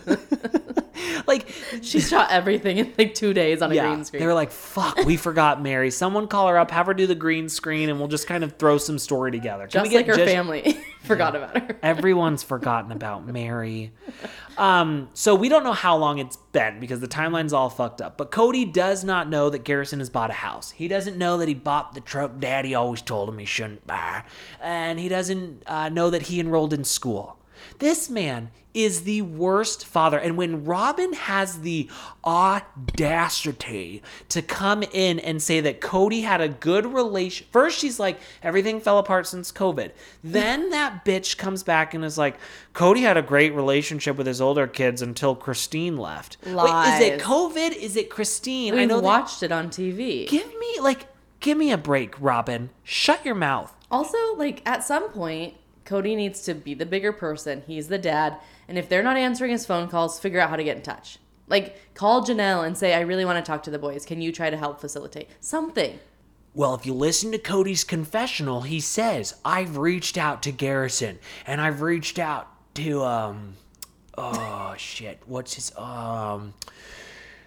Speaker 1: like
Speaker 8: she shot everything in like two days on a green screen.
Speaker 1: They were like, fuck, we forgot Mary. Someone call her up, have her do the green screen, and we'll just kind of throw some story together. Can
Speaker 8: just like her family forgot about her.
Speaker 1: Everyone's forgotten about Mary. Um, so we don't know how long it's been because the timeline's all fucked up. But Cody does not know that Garrison has bought a house. He doesn't know that he bought the truck daddy always told him he shouldn't buy. And he doesn't uh, know that he enrolled in school. This man is the worst father. And when Robin has the audacity to come in and say that Cody had a good relation, first she's like, everything fell apart since COVID. Then that bitch comes back and is like, Cody had a great relationship with his older kids until Christine left. Wait, is it
Speaker 8: Lies.
Speaker 1: COVID? Is it Christine?
Speaker 8: We
Speaker 1: I know. that-
Speaker 8: watched it on TV.
Speaker 1: give me, like, give me a break, Robin. Shut your mouth.
Speaker 8: Also, like at some point, Cody needs to be the bigger person. He's the dad. And if they're not answering his phone calls, figure out how to get in touch. Like, call Janelle and say, I really want to talk to the boys. Can you try to help facilitate? Something.
Speaker 7: Well, if you listen to Cody's confessional, he says, I've reached out to Garrison and I've reached out to, um, oh shit, what's his, um,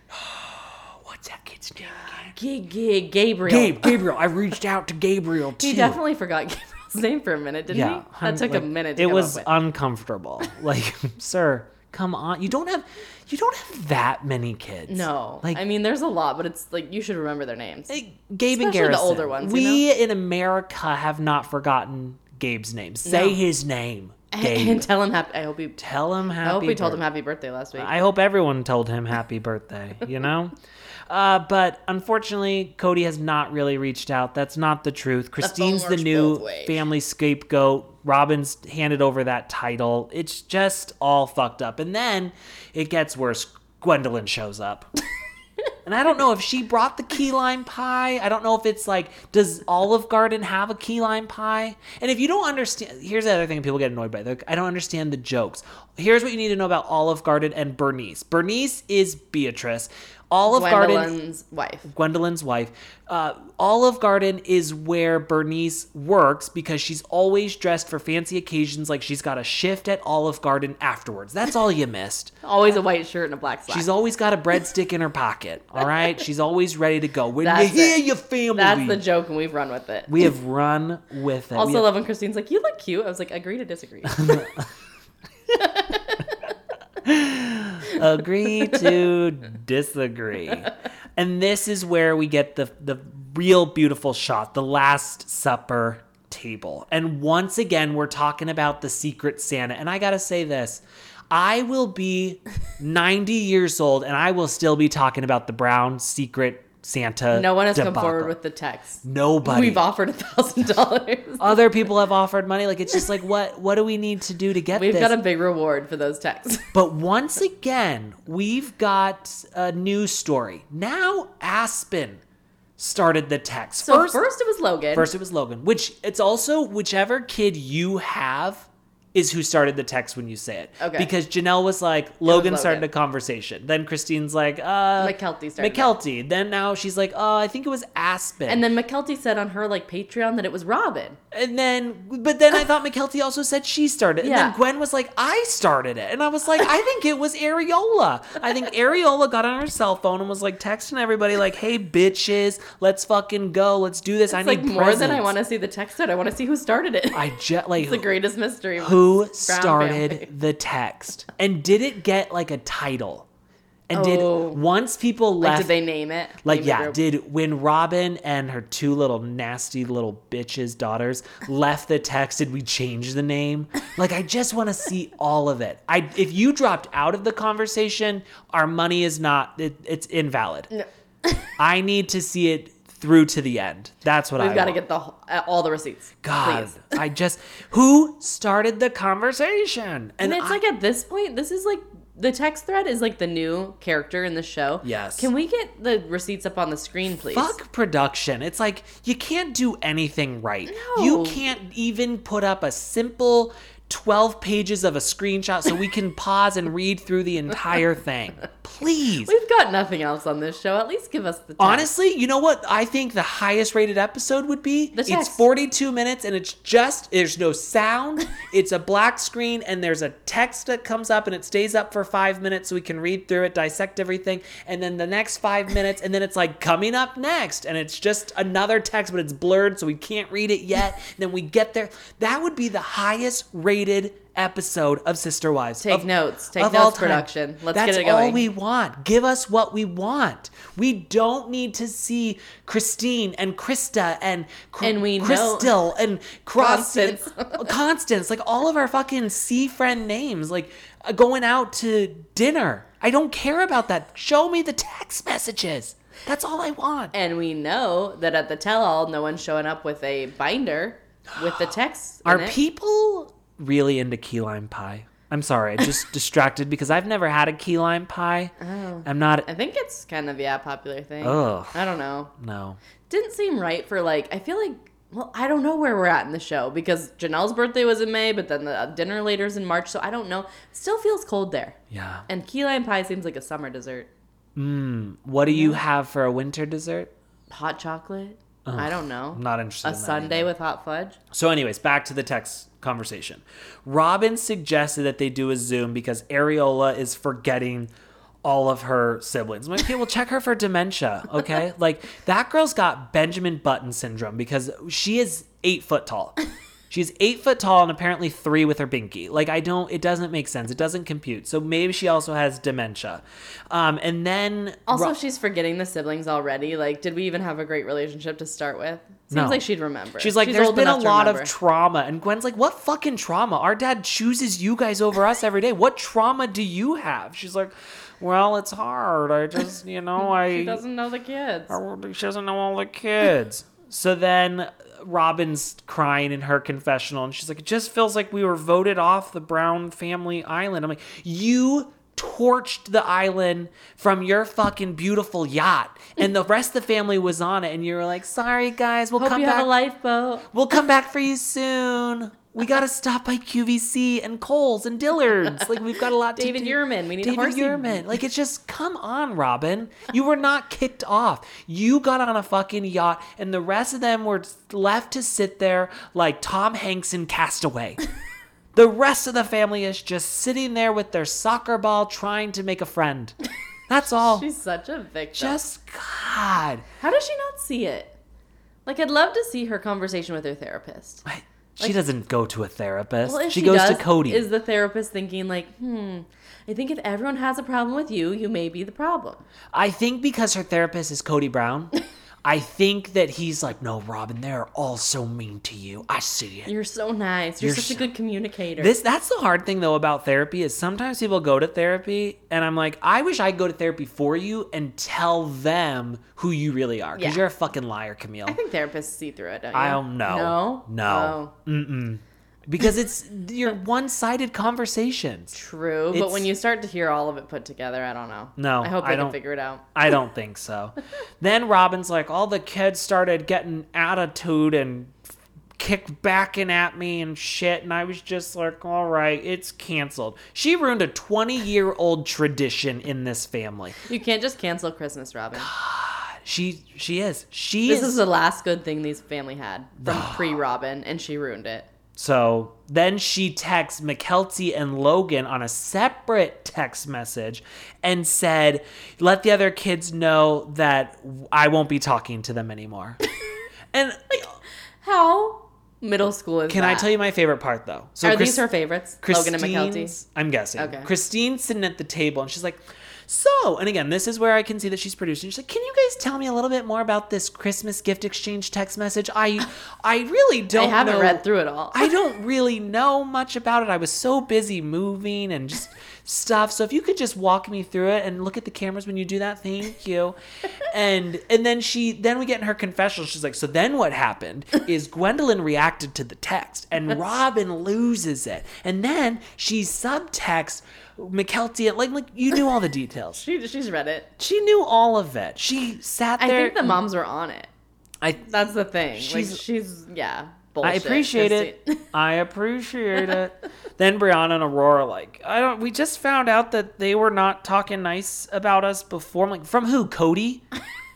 Speaker 7: what's that kid's name? again?
Speaker 8: Gig, gig, Gabriel.
Speaker 7: Gabe, Gabriel. I reached out to Gabriel too.
Speaker 8: He definitely forgot Gabriel's name for a minute, didn't he?
Speaker 1: hun,
Speaker 8: That took
Speaker 1: like,
Speaker 8: a minute to
Speaker 1: it
Speaker 8: come
Speaker 1: was
Speaker 8: up with.
Speaker 1: uncomfortable. Like, sir, come on. You don't have, you don't have that many kids.
Speaker 8: no.
Speaker 1: like
Speaker 8: I mean, there's a lot, but it's like you should remember their names.
Speaker 1: Gabe and
Speaker 8: especially the
Speaker 1: Garrison.
Speaker 8: older ones, you
Speaker 1: We in America have not forgotten Gabe's name. Say
Speaker 8: No.
Speaker 1: his name, Gabe.
Speaker 8: and tell him happy. I hope he.
Speaker 1: Tell him happy.
Speaker 8: I hope we told
Speaker 1: birth-
Speaker 8: him happy birthday last week.
Speaker 1: I hope everyone told him happy birthday, you know? Uh, but unfortunately, Cody has not really reached out. That's not the truth. Christine's the
Speaker 8: works
Speaker 1: new
Speaker 8: both ways.
Speaker 1: family scapegoat. Robin's handed over that title. It's just all fucked up. And then it gets worse. Gwendolyn shows up. and I don't know if she brought the key lime pie. I don't know if it's like, does Olive Garden have a key lime pie? And if you don't understand, here's the other thing people get annoyed by. They're like, I don't understand the jokes. Here's what you need to know about Olive Garden and Bernice. Bernice is Beatrice. Olive Garden
Speaker 8: Gwendolyn's wife.
Speaker 1: Gwendolyn's wife. Uh, Olive Garden is where Bernice works because she's always dressed for fancy occasions, like she's got a shift at Olive Garden afterwards. That's all you missed.
Speaker 8: Always a white shirt and a black slacks.
Speaker 1: She's always got a breadstick in her pocket. All right, she's always ready to go. When
Speaker 8: That's
Speaker 1: you hear
Speaker 8: it.
Speaker 1: your family,
Speaker 8: That's the joke, and we've run with it.
Speaker 1: we have run with it. We
Speaker 8: also
Speaker 1: have-
Speaker 8: love when Christine's like, "You look cute." I was like, "Agree to disagree."
Speaker 1: agree to disagree. And this is where we get the the real beautiful shot, the last supper table. And once again we're talking about the secret Santa. And I got to say this, I will be 90 years old and I will still be talking about the brown secret Santa.
Speaker 8: no one has come
Speaker 1: debacle.
Speaker 8: forward with the text.
Speaker 1: nobody.
Speaker 8: We've offered a thousand dollars.
Speaker 1: other people have offered money like it's just like what what do we need to do to get
Speaker 8: We've
Speaker 1: this
Speaker 8: got a big reward for those texts.
Speaker 1: But once again, we've got a news story. Now Aspen started the text.
Speaker 8: So first, it was Logan.
Speaker 1: first it was Logan, which it's also whichever kid you have is who started the text when you say it.
Speaker 8: Okay.
Speaker 1: Because Janelle was like, Logan, started
Speaker 8: Logan.
Speaker 1: a conversation. Then Christine's like, uh
Speaker 8: McKelty started. it.
Speaker 1: McKelty. Then now she's like, oh, I think it was Aspen.
Speaker 8: And then McKelty said on her like Patreon that it was Robin.
Speaker 1: And then, but then I thought McKelty also said she started. And
Speaker 8: Yeah.
Speaker 1: then Gwen was like, I started it. And I was like, I think it was Areola. I think Areola got on her cell phone and was like texting everybody, like, hey, bitches, let's fucking go. Let's do this. I
Speaker 8: It's
Speaker 1: need
Speaker 8: like more than I
Speaker 1: presents."
Speaker 8: want to see the text out. I want to see who started it.
Speaker 1: I just, like,
Speaker 8: it's the greatest mystery.
Speaker 1: who
Speaker 8: Brown
Speaker 1: started
Speaker 8: family.
Speaker 1: the text? And did it get like a title? And
Speaker 8: Oh.
Speaker 1: did, once people
Speaker 8: Like,
Speaker 1: left,
Speaker 8: did they name it?
Speaker 1: like
Speaker 8: Name the
Speaker 1: yeah
Speaker 8: group?
Speaker 1: did when robin and her two little nasty little bitches daughters left the text did we change the name like i just want to see all of it i if you dropped out of the conversation our money is not it, it's invalid i need to see it through to the end that's what
Speaker 8: We've
Speaker 1: i
Speaker 8: got to
Speaker 1: want.
Speaker 8: get the whole- uh, all the receipts.
Speaker 1: god
Speaker 8: please.
Speaker 1: i just who started the conversation
Speaker 8: And it's
Speaker 1: I-
Speaker 8: like at this point, this is like the text thread is like the new character in the show.
Speaker 1: Yes.
Speaker 8: Can we get the receipts up on the screen, please?
Speaker 1: Fuck production. It's like you can't do anything right.
Speaker 8: No.
Speaker 1: You can't even put up a simple 12 pages of a screenshot so we can pause and read through the entire thing. Please.
Speaker 8: We've got nothing else on this show. At least give us the text.
Speaker 1: Honestly, you know what I think the highest rated episode would be?
Speaker 8: The
Speaker 1: it's
Speaker 8: text.
Speaker 1: 42 minutes and it's just, there's no sound. it's a black screen and there's a text that comes up and it stays up for five minutes so we can read through it, dissect everything. And then the next five minutes, and then it's like coming up next. And it's just another text, but it's blurred so we can't read it yet. And then we get there. That would be the highest rated episode of Sister Wives.
Speaker 8: Take
Speaker 1: of-
Speaker 8: notes. Take
Speaker 1: of all
Speaker 8: notes,
Speaker 1: time.
Speaker 8: production. Let's
Speaker 1: That's
Speaker 8: get it going.
Speaker 1: all we want. Give us what we want. We don't need to see Christine and Krista and, Cr-
Speaker 8: And we know-
Speaker 1: Crystal and Constance.
Speaker 8: Constance.
Speaker 1: Constance, like all of our fucking sea friend names, like uh, going out to dinner. I don't care about that. Show me the text messages. That's all I want.
Speaker 8: And we know that at the tell all, no one's showing up with a binder with the text. in
Speaker 1: Are
Speaker 8: it.
Speaker 1: people really into key lime pie? I'm sorry, I'm just distracted because I've never had a key lime pie.
Speaker 8: Oh.
Speaker 1: I'm not.
Speaker 8: I think it's kind of yeah, popular thing.
Speaker 1: Ugh.
Speaker 8: I don't know.
Speaker 1: No.
Speaker 8: Didn't seem right for like. I feel like well, I don't know where we're at in the show because Janelle's birthday was in May, but then the uh, dinner later's in March, so I don't know. Still feels cold there.
Speaker 1: Yeah.
Speaker 8: And key lime pie seems like a summer dessert.
Speaker 1: What do you have for a winter dessert?
Speaker 8: Hot chocolate? I don't know.
Speaker 1: I'm not interested.
Speaker 8: a
Speaker 1: in that
Speaker 8: sundae with hot fudge?
Speaker 1: So, anyways, back to the text conversation. Robin suggested that they do a Zoom because Ariola is forgetting all of her siblings. I'm like, okay, well, check her for dementia, okay? like, that girl's got Benjamin Button syndrome because she is eight foot tall. She's eight foot tall and apparently three with her binky. Like, I don't, it doesn't make sense. It doesn't compute. So maybe she also has dementia. Um, and then
Speaker 8: Also,
Speaker 1: Ro-
Speaker 8: she's forgetting the siblings already. Like, did we even have a great relationship to start with? Seems
Speaker 1: No.
Speaker 8: like she'd remember.
Speaker 1: She's like, there's
Speaker 8: old
Speaker 1: been a
Speaker 8: enough to
Speaker 1: lot of
Speaker 8: remember."
Speaker 1: trauma. And Gwen's like, what fucking trauma? Our dad chooses you guys over us every day. What trauma do you have? She's like, well, it's hard. I just, you know, I.
Speaker 8: She doesn't know the kids.
Speaker 1: I- she doesn't know all the kids. so then Robin's crying in her confessional, and she's like, "It just feels like we were voted off the Brown family island." I'm like, "You." Torched the island from your fucking beautiful yacht, and the rest of the family was on it. And you were like, "Sorry, guys, we'll
Speaker 8: Hope
Speaker 1: come
Speaker 8: you
Speaker 1: back.
Speaker 8: have a lifeboat.
Speaker 1: We'll come back for you soon. We gotta stop by QVC and Coles and Dillard's. Like we've got a lot
Speaker 8: David
Speaker 1: to do.
Speaker 8: Yurman, we need a
Speaker 1: David
Speaker 8: horsey.
Speaker 1: Yurman. Like it's just come on, Robin. You were not kicked off. You got on a fucking yacht, and the rest of them were left to sit there like Tom Hanks in Castaway. the rest of the family is just sitting there with their soccer ball, trying to make a friend. That's all.
Speaker 8: She's such a victim.
Speaker 1: just God.
Speaker 8: How does she not see it? Like, I'd love to see her conversation with her therapist.
Speaker 1: I- She doesn't go to a therapist.
Speaker 8: Well, if
Speaker 1: she, goes
Speaker 8: does,
Speaker 1: to Cody.
Speaker 8: Is the therapist thinking like, hmm? I think if everyone has a problem with you, you may be the problem.
Speaker 1: I think because her therapist is Cody Brown, I think that he's like, no, Robin, they're all so mean to you. I see it.
Speaker 8: You're so nice. You're,
Speaker 1: You're
Speaker 8: such a
Speaker 1: so-
Speaker 8: good communicator.
Speaker 1: This that's the hard thing though about therapy is sometimes people go to therapy and I'm like, I wish I'd go to therapy for you and tell them who you really are because
Speaker 8: Yeah.
Speaker 1: you're a fucking liar, Camille.
Speaker 8: I think therapists see through it. Don't you?
Speaker 1: I don't know.
Speaker 8: No.
Speaker 1: No.
Speaker 8: Oh,
Speaker 1: because it's your one-sided conversations.
Speaker 8: true. but
Speaker 1: It's-
Speaker 8: when you start to hear all of it put together, I don't know.
Speaker 1: No,
Speaker 8: I hope
Speaker 1: I
Speaker 8: they can
Speaker 1: don't-
Speaker 8: figure it out.
Speaker 1: I don't think so. then Robin's like, all the kids started getting attitude and kicked backing at me and shit. And I was just like, all right, it's canceled. She ruined a 20 year old tradition in this family.
Speaker 8: You can't just cancel Christmas, Robin.
Speaker 1: She she is. She
Speaker 8: This
Speaker 1: is.
Speaker 8: is the last good thing these family had from pre-Robin, and she ruined it.
Speaker 1: so then she texts McKelty and Logan on a separate text message and said, let the other kids know that I won't be talking to them anymore. and
Speaker 8: How middle school is
Speaker 1: Can I
Speaker 8: that?
Speaker 1: tell you my favorite part though? So
Speaker 8: Are
Speaker 1: Chris-
Speaker 8: these her favorites? Logan and McKelty.
Speaker 1: Christine's- I'm guessing.
Speaker 8: Okay.
Speaker 1: Christine's sitting at the table and she's like, so, and again, this is where I can see that she's producing. She's like, "Can you guys tell me a little bit more about this Christmas gift exchange text message? I, I really
Speaker 8: I
Speaker 1: don't.
Speaker 8: haven't
Speaker 1: know-
Speaker 8: read through it all.
Speaker 1: I don't really know much about it. I was so busy moving and just stuff. So if you could just walk me through it and look at the cameras when you do that, thank you. And and then she then we get in her confessional. She's like, so then what happened is Gwendolyn reacted to the text and Robin loses it. And then she subtexts McKelty like like you knew all the details.
Speaker 8: She, she's read it.
Speaker 1: She knew all of it. She sat
Speaker 8: I
Speaker 1: there.
Speaker 8: think the moms were on it.
Speaker 1: I
Speaker 8: That's the thing. like
Speaker 1: She's-
Speaker 8: she's yeah. Bullshit.
Speaker 1: I appreciate it.
Speaker 8: Christine.
Speaker 1: I appreciate it. then Brianna and Aurora are like, I don't. We just found out that they were not talking nice about us before. I'm like, from who? Cody.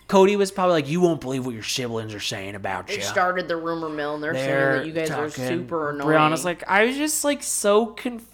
Speaker 1: Cody was probably like, you won't believe what your siblings are saying about you.
Speaker 8: It started the rumor mill, and they're, saying that you guys are
Speaker 1: talking-
Speaker 8: super annoying.
Speaker 1: Brianna's like, I was just like so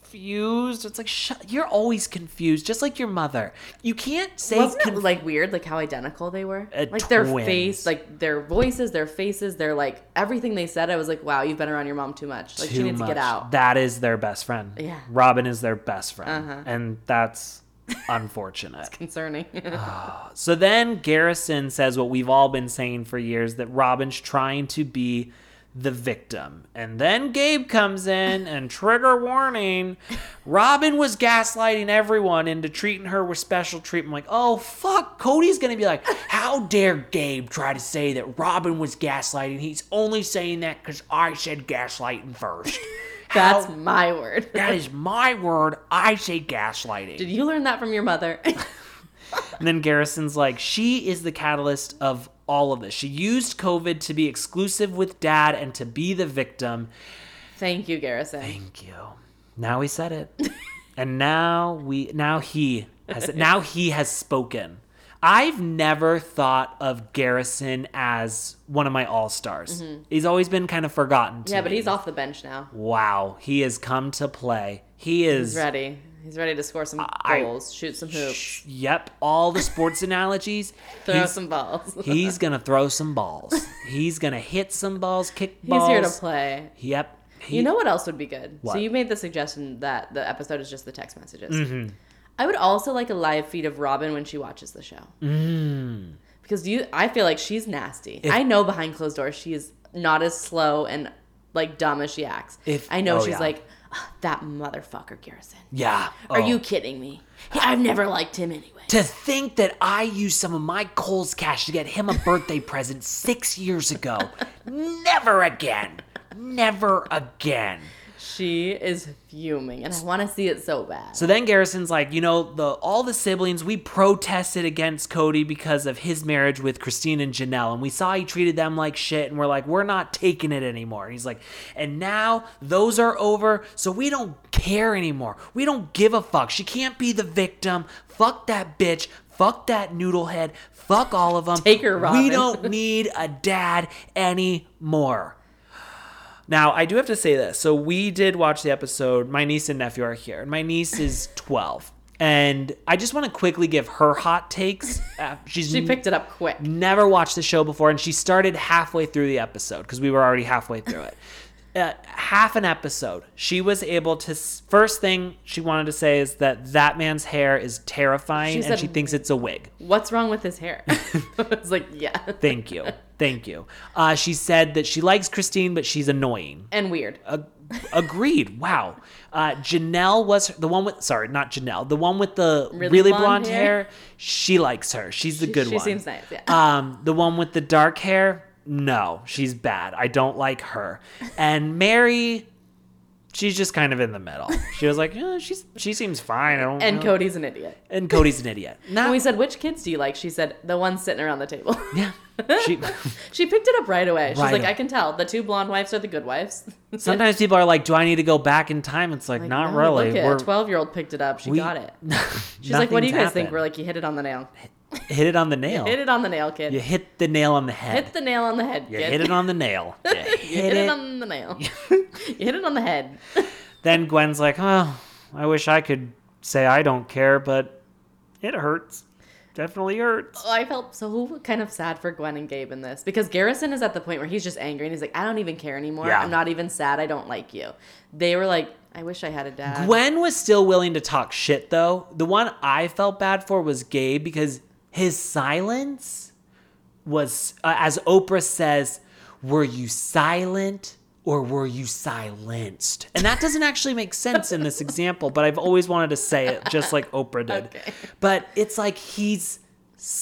Speaker 1: confused. It's like, shut. You're always confused, just like your mother. You can't say
Speaker 8: wasn't it
Speaker 1: conf-
Speaker 8: like weird, like how identical they were?
Speaker 1: Uh,
Speaker 8: like their
Speaker 1: twins.
Speaker 8: face, like their voices, their faces, their like everything they said. I was like, wow, you've been around your mom too much. Like she
Speaker 1: too
Speaker 8: needs to
Speaker 1: much.
Speaker 8: get out.
Speaker 1: That is their best friend.
Speaker 8: Yeah. Uh-huh.
Speaker 1: Robin is their best friend, and that's unfortunate.
Speaker 8: Concerning.
Speaker 1: Uh, So then Garrison says what we've all been saying for years that Robin's trying to be the victim. And then Gabe comes in and trigger warning. Robin was gaslighting everyone into treating her with special treatment. Like, oh fuck, Cody's gonna be like, how dare Gabe try to say that Robin was gaslighting? He's only saying that because I said gaslighting first. How-
Speaker 8: That's my word.
Speaker 1: that is my word. I say gaslighting.
Speaker 8: Did you learn that from your mother?
Speaker 1: And then Garrison's like, she is the catalyst of all of this. She used COVID to be exclusive with dad and to be the victim.
Speaker 8: Thank you, Garrison.
Speaker 1: Thank you. Now he said it. and now we now he has now he has spoken. I've never thought of Garrison as one of my all-stars. He's always been kind of forgotten to
Speaker 8: Mm-hmm. yeah, but
Speaker 1: me.
Speaker 8: he's off the bench now.
Speaker 1: Wow, he has come to play. He is
Speaker 8: He's ready. He's ready to score some
Speaker 1: I-
Speaker 8: goals, shoot some hoops,
Speaker 1: Sh- Yep, all the sports analogies.
Speaker 8: throw
Speaker 1: he's,
Speaker 8: some balls.
Speaker 1: he's gonna throw some balls. He's gonna hit some balls, kick
Speaker 8: He's
Speaker 1: balls.
Speaker 8: here to play.
Speaker 1: Yep. He,
Speaker 8: You know what else would be good?
Speaker 1: What?
Speaker 8: So you made the suggestion that the episode is just the text messages.
Speaker 1: Mm-hmm.
Speaker 8: I would also like a live feed of Robin when she watches the show. Mm. Because you I feel like she's nasty. I know behind closed doors she is not as slow and like dumb as she acts.
Speaker 1: If-
Speaker 8: I know
Speaker 1: oh,
Speaker 8: she's
Speaker 1: yeah.
Speaker 8: like "Ah, that motherfucker Garrison.
Speaker 1: Yeah.
Speaker 8: Are
Speaker 1: Oh.
Speaker 8: you kidding me? I've never liked him anyway.
Speaker 1: To think that I used some of my Kohl's cash to get him a birthday present six years ago. Never again. Never again.
Speaker 8: She is fuming and I want to see it so bad.
Speaker 1: So then Garrison's like, you know, the all the siblings we protested against Cody because of his marriage with Christine and Janelle, and we saw he treated them like shit, and we're like, we're not taking it anymore. And he's like, and now those are over, so we don't care anymore. We don't give a fuck. She can't be the victim. Fuck that bitch. Fuck that noodlehead. Fuck all of them.
Speaker 8: Take her,
Speaker 1: We
Speaker 8: Robin.
Speaker 1: don't need a dad anymore. Now, I do have to say this. So, we did watch the episode. My niece and nephew are here. and My niece is 12. And I just want to quickly give her hot takes. Uh, she's
Speaker 8: she picked it up quick.
Speaker 1: never watched the show before, and she started halfway through the episode because we were already halfway through it. Uh, half an episode, she was able to. s- First thing she wanted to say is that that man's hair is terrifying,
Speaker 8: She
Speaker 1: and
Speaker 8: said-
Speaker 1: she thinks it's a wig.
Speaker 8: What's wrong with his hair? it's like, yeah.
Speaker 1: Thank you, thank you. Uh, she said that she likes Christine, but she's annoying.
Speaker 8: And weird.
Speaker 1: Ag- agreed. Wow. Uh, Janelle was the one with. Sorry, not Janelle. The one with the really,
Speaker 8: Really
Speaker 1: blonde,
Speaker 8: blonde
Speaker 1: hair.
Speaker 8: hair.
Speaker 1: She likes her. She's the good
Speaker 8: she
Speaker 1: one.
Speaker 8: seems nice, yeah.
Speaker 1: Um, the one with the dark hair. No, she's bad. I don't like her. And Mary. She's just kind of in the middle. She was like, yeah, she's she seems fine. I don't
Speaker 8: and
Speaker 1: know."
Speaker 8: Cody's an idiot.
Speaker 1: and Cody's an idiot. Nah.
Speaker 8: And we said, which kids do you like? She said, the ones sitting around the table.
Speaker 1: yeah. She,
Speaker 8: she picked it up right away. She's
Speaker 1: Right
Speaker 8: like,
Speaker 1: away.
Speaker 8: I can tell. The two blonde wives are the good wives.
Speaker 1: sometimes people are like, "Do I need to go back in time?" It's like, not really.
Speaker 8: Look at,
Speaker 1: We're-
Speaker 8: a 12 year old picked it up. She
Speaker 1: we-
Speaker 8: got it. She's like, what do you guys
Speaker 1: nothing's
Speaker 8: think? We're
Speaker 1: happened.
Speaker 8: like, you hit it on the nail.
Speaker 1: hit it on the nail.
Speaker 8: Hit it on the nail, kid.
Speaker 1: You hit the nail on the head.
Speaker 8: Hit the nail on the head,
Speaker 1: You
Speaker 8: kid.
Speaker 1: hit it on the nail. You hit,
Speaker 8: You hit
Speaker 1: it.
Speaker 8: it on the nail. you hit it on the head.
Speaker 1: Then Gwen's like, oh, I wish I could say I don't care, but it hurts. Definitely hurts.
Speaker 8: Oh, I felt so kind of sad for Gwen and Gabe in this because Garrison is at the point where he's just angry and he's like, I don't even care anymore.
Speaker 1: Yeah.
Speaker 8: I'm not even sad. I don't like you. They were like, I wish I had a dad.
Speaker 1: Gwen was still willing to talk shit, though. The one I felt bad for was Gabe because his silence was, uh, as Oprah says, were you silent or were you silenced? And that doesn't actually make sense in this example, but I've always wanted to say it just like Oprah did. But it's like he's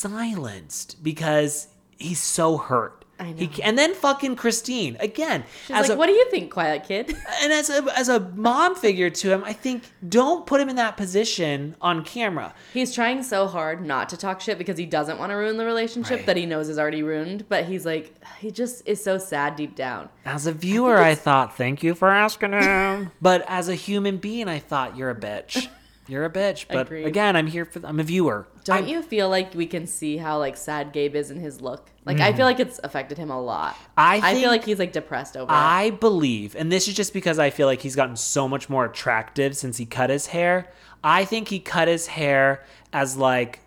Speaker 1: silenced because he's so hurt.
Speaker 8: I
Speaker 1: He
Speaker 8: know.
Speaker 1: ca- and then fucking Christine again.
Speaker 8: She's like, what do you think, quiet kid?
Speaker 1: and as a as a mom figure to him, I think don't put him in that position on camera.
Speaker 8: He's trying so hard not to talk shit because he doesn't want to ruin the relationship
Speaker 1: Right.
Speaker 8: that he knows is already ruined. But he's like, he just is so sad deep down.
Speaker 1: As a viewer, I, thought, thank you for asking him. but as a human being, I thought you're a bitch. You're a bitch. But
Speaker 8: Agreed.
Speaker 1: again, I'm here for. I'm a viewer.
Speaker 8: Don't
Speaker 1: I'm-
Speaker 8: you feel like we can see how like sad Gabe is in his look? Like I feel like it's affected him a lot.
Speaker 1: Mm. I
Speaker 8: I
Speaker 1: think-
Speaker 8: feel like he's like depressed over. it.
Speaker 1: I believe, and this is just because I feel like he's gotten so much more attractive since he cut his hair. I think he cut his hair as like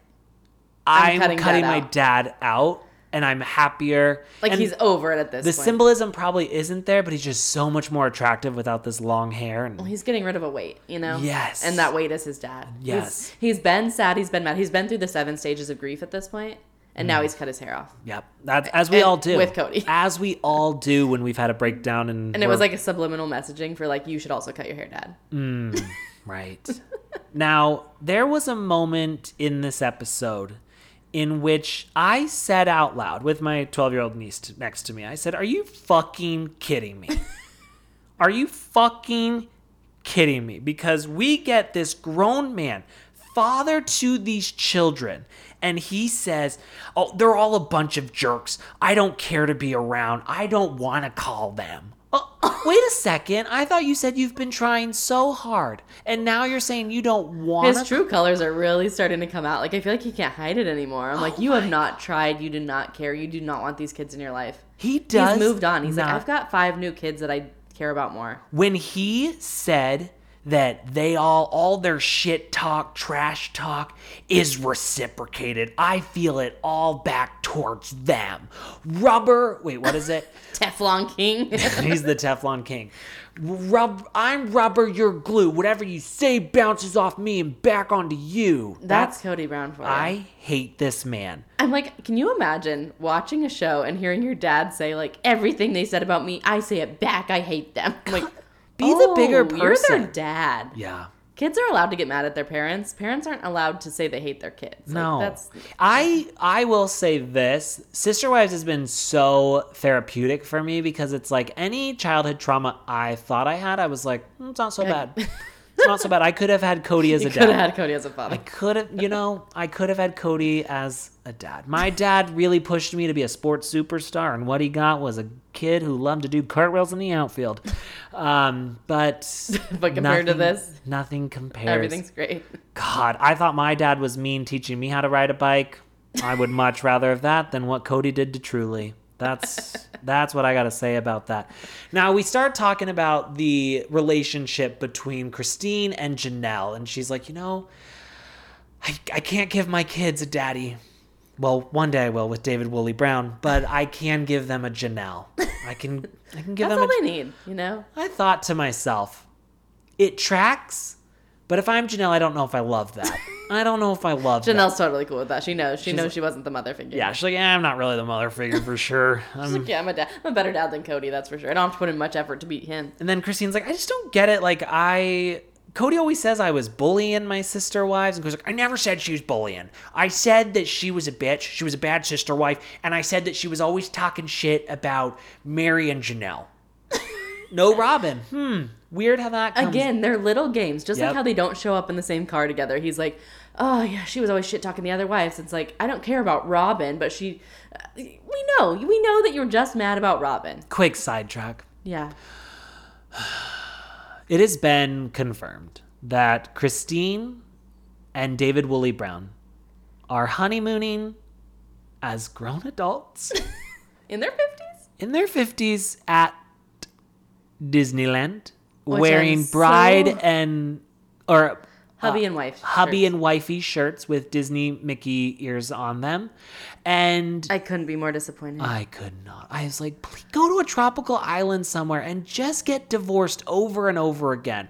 Speaker 1: I'm, cutting,
Speaker 8: cutting dad
Speaker 1: my
Speaker 8: out."
Speaker 1: dad out, and I'm happier.
Speaker 8: Like
Speaker 1: And
Speaker 8: he's over it at this.
Speaker 1: the
Speaker 8: point.
Speaker 1: symbolism probably isn't there, but he's just so much more attractive without this long hair. And
Speaker 8: He's getting rid of a weight, you know?
Speaker 1: Yes.
Speaker 8: And that weight is his dad. He's-
Speaker 1: Yes.
Speaker 8: he's been sad. He's been mad. He's been through the seven stages of grief at this point, And
Speaker 1: Mm.
Speaker 8: now he's cut his hair off.
Speaker 1: yep, that's as we
Speaker 8: And
Speaker 1: all do
Speaker 8: with Cody.
Speaker 1: as we all do when we've had a breakdown and
Speaker 8: And it was
Speaker 1: we're-
Speaker 8: like a subliminal messaging for like, you should also cut your hair, dad.
Speaker 1: Right. now, there was a moment in this episode in which I said out loud with my 12 year old niece t- next to me, I said, Are you fucking kidding me? Are you fucking kidding me? Because we get this grown man father to these children and he says, Oh, they're all a bunch of jerks. I don't care to be around. I don't want to call them. Oh, wait a second. I thought you said you've been trying so hard. And now you're saying you don't want
Speaker 8: His true colors are really starting to come out. Like I feel like he can't hide it anymore. I'm
Speaker 1: Oh
Speaker 8: like, you have not tried. You do not care. You do not want these kids in your life.
Speaker 1: He does.
Speaker 8: He's moved on. He's like,
Speaker 1: not-
Speaker 8: I've got five new kids that I care about more.
Speaker 1: when he said that they all all their shit talk trash talk is reciprocated i feel it all back towards them rubber wait what is it
Speaker 8: Teflon King.
Speaker 1: he's the teflon king Rub, i'm rubber you're glue whatever you say bounces off me and back onto you
Speaker 8: That's Cody Brown for you.
Speaker 1: i hate this man
Speaker 8: I'm like, can you imagine watching a show and hearing your dad say like everything they said about me? I say it back. I hate them. I'm like,
Speaker 1: Be the bigger
Speaker 8: "Oh, You're
Speaker 1: person."
Speaker 8: their dad.
Speaker 1: yeah
Speaker 8: Kids are allowed to get mad at their parents. Parents aren't allowed to say they hate their kids. Like,
Speaker 1: No,
Speaker 8: that's
Speaker 1: I I will say this: Sister Wives has been so therapeutic for me because it's like any childhood trauma I thought I had, I was like, "Mm, it's not so bad. It's not so bad. I could have had Cody as a
Speaker 8: could have
Speaker 1: dad.
Speaker 8: had Cody as a father.
Speaker 1: I could have, you know, I could have had Cody as a dad. My dad really pushed me to be a sports superstar, and what he got was a kid who loved to do cartwheels in the outfield. Um, but
Speaker 8: But compared to
Speaker 1: nothing-
Speaker 8: this?
Speaker 1: nothing compares.
Speaker 8: Everything's great.
Speaker 1: God, I thought my dad was mean teaching me how to ride a bike. I would much rather have that than what Cody did to Truly. That's that's what I got to say about that. Now we start talking about the relationship between Christine and Janelle, and she's like, you know, I, I can't give my kids a daddy. Well, one day I will with David Woolley Brown, but I can give them a Janelle. I can I can give
Speaker 8: That's
Speaker 1: them
Speaker 8: all
Speaker 1: a
Speaker 8: they need, you know?
Speaker 1: I thought to myself, it tracks, but if I'm Janelle, I don't know if I love that. I don't know if I love that.
Speaker 8: Janelle's totally cool with that. She knows. She knows she wasn't the mother figure.
Speaker 1: Yeah, she's like, yeah, I'm not really the mother figure for sure. Um,
Speaker 8: She's like, yeah, I'm a dad. I'm a better dad than Cody, that's for sure. I don't have to put in much effort to beat him.
Speaker 1: and then Christine's like, I just don't get it. Like, I. Cody always says I was bullying my sister wives, and goes like, I never said she was bullying. I said that she was a bitch. She was a bad sister wife, and I said that she was always talking shit about Mary and Janelle. no Robin. Hmm. Weird how that comes
Speaker 8: Again, they're little games, just
Speaker 1: Yep.
Speaker 8: like how they don't show up in the same car together. He's like, oh, yeah, she was always shit talking the other wives. It's like, I don't care about Robin, but she. uh, We know. We know that you're just mad about Robin.
Speaker 1: Quick sidetrack.
Speaker 8: Yeah.
Speaker 1: It has been confirmed that Christine and David Woolley Brown are honeymooning as grown adults
Speaker 8: In their 50s?
Speaker 1: in their 50s at Disneyland
Speaker 8: Which
Speaker 1: wearing
Speaker 8: I'm so-
Speaker 1: bride and or
Speaker 8: Hubby and wife.
Speaker 1: Uh, hubby
Speaker 8: shirts.
Speaker 1: and wifey shirts with Disney Mickey ears on them. And
Speaker 8: I couldn't be more disappointed.
Speaker 1: I could not. I was like, please go to a tropical island somewhere and just get divorced over and over again.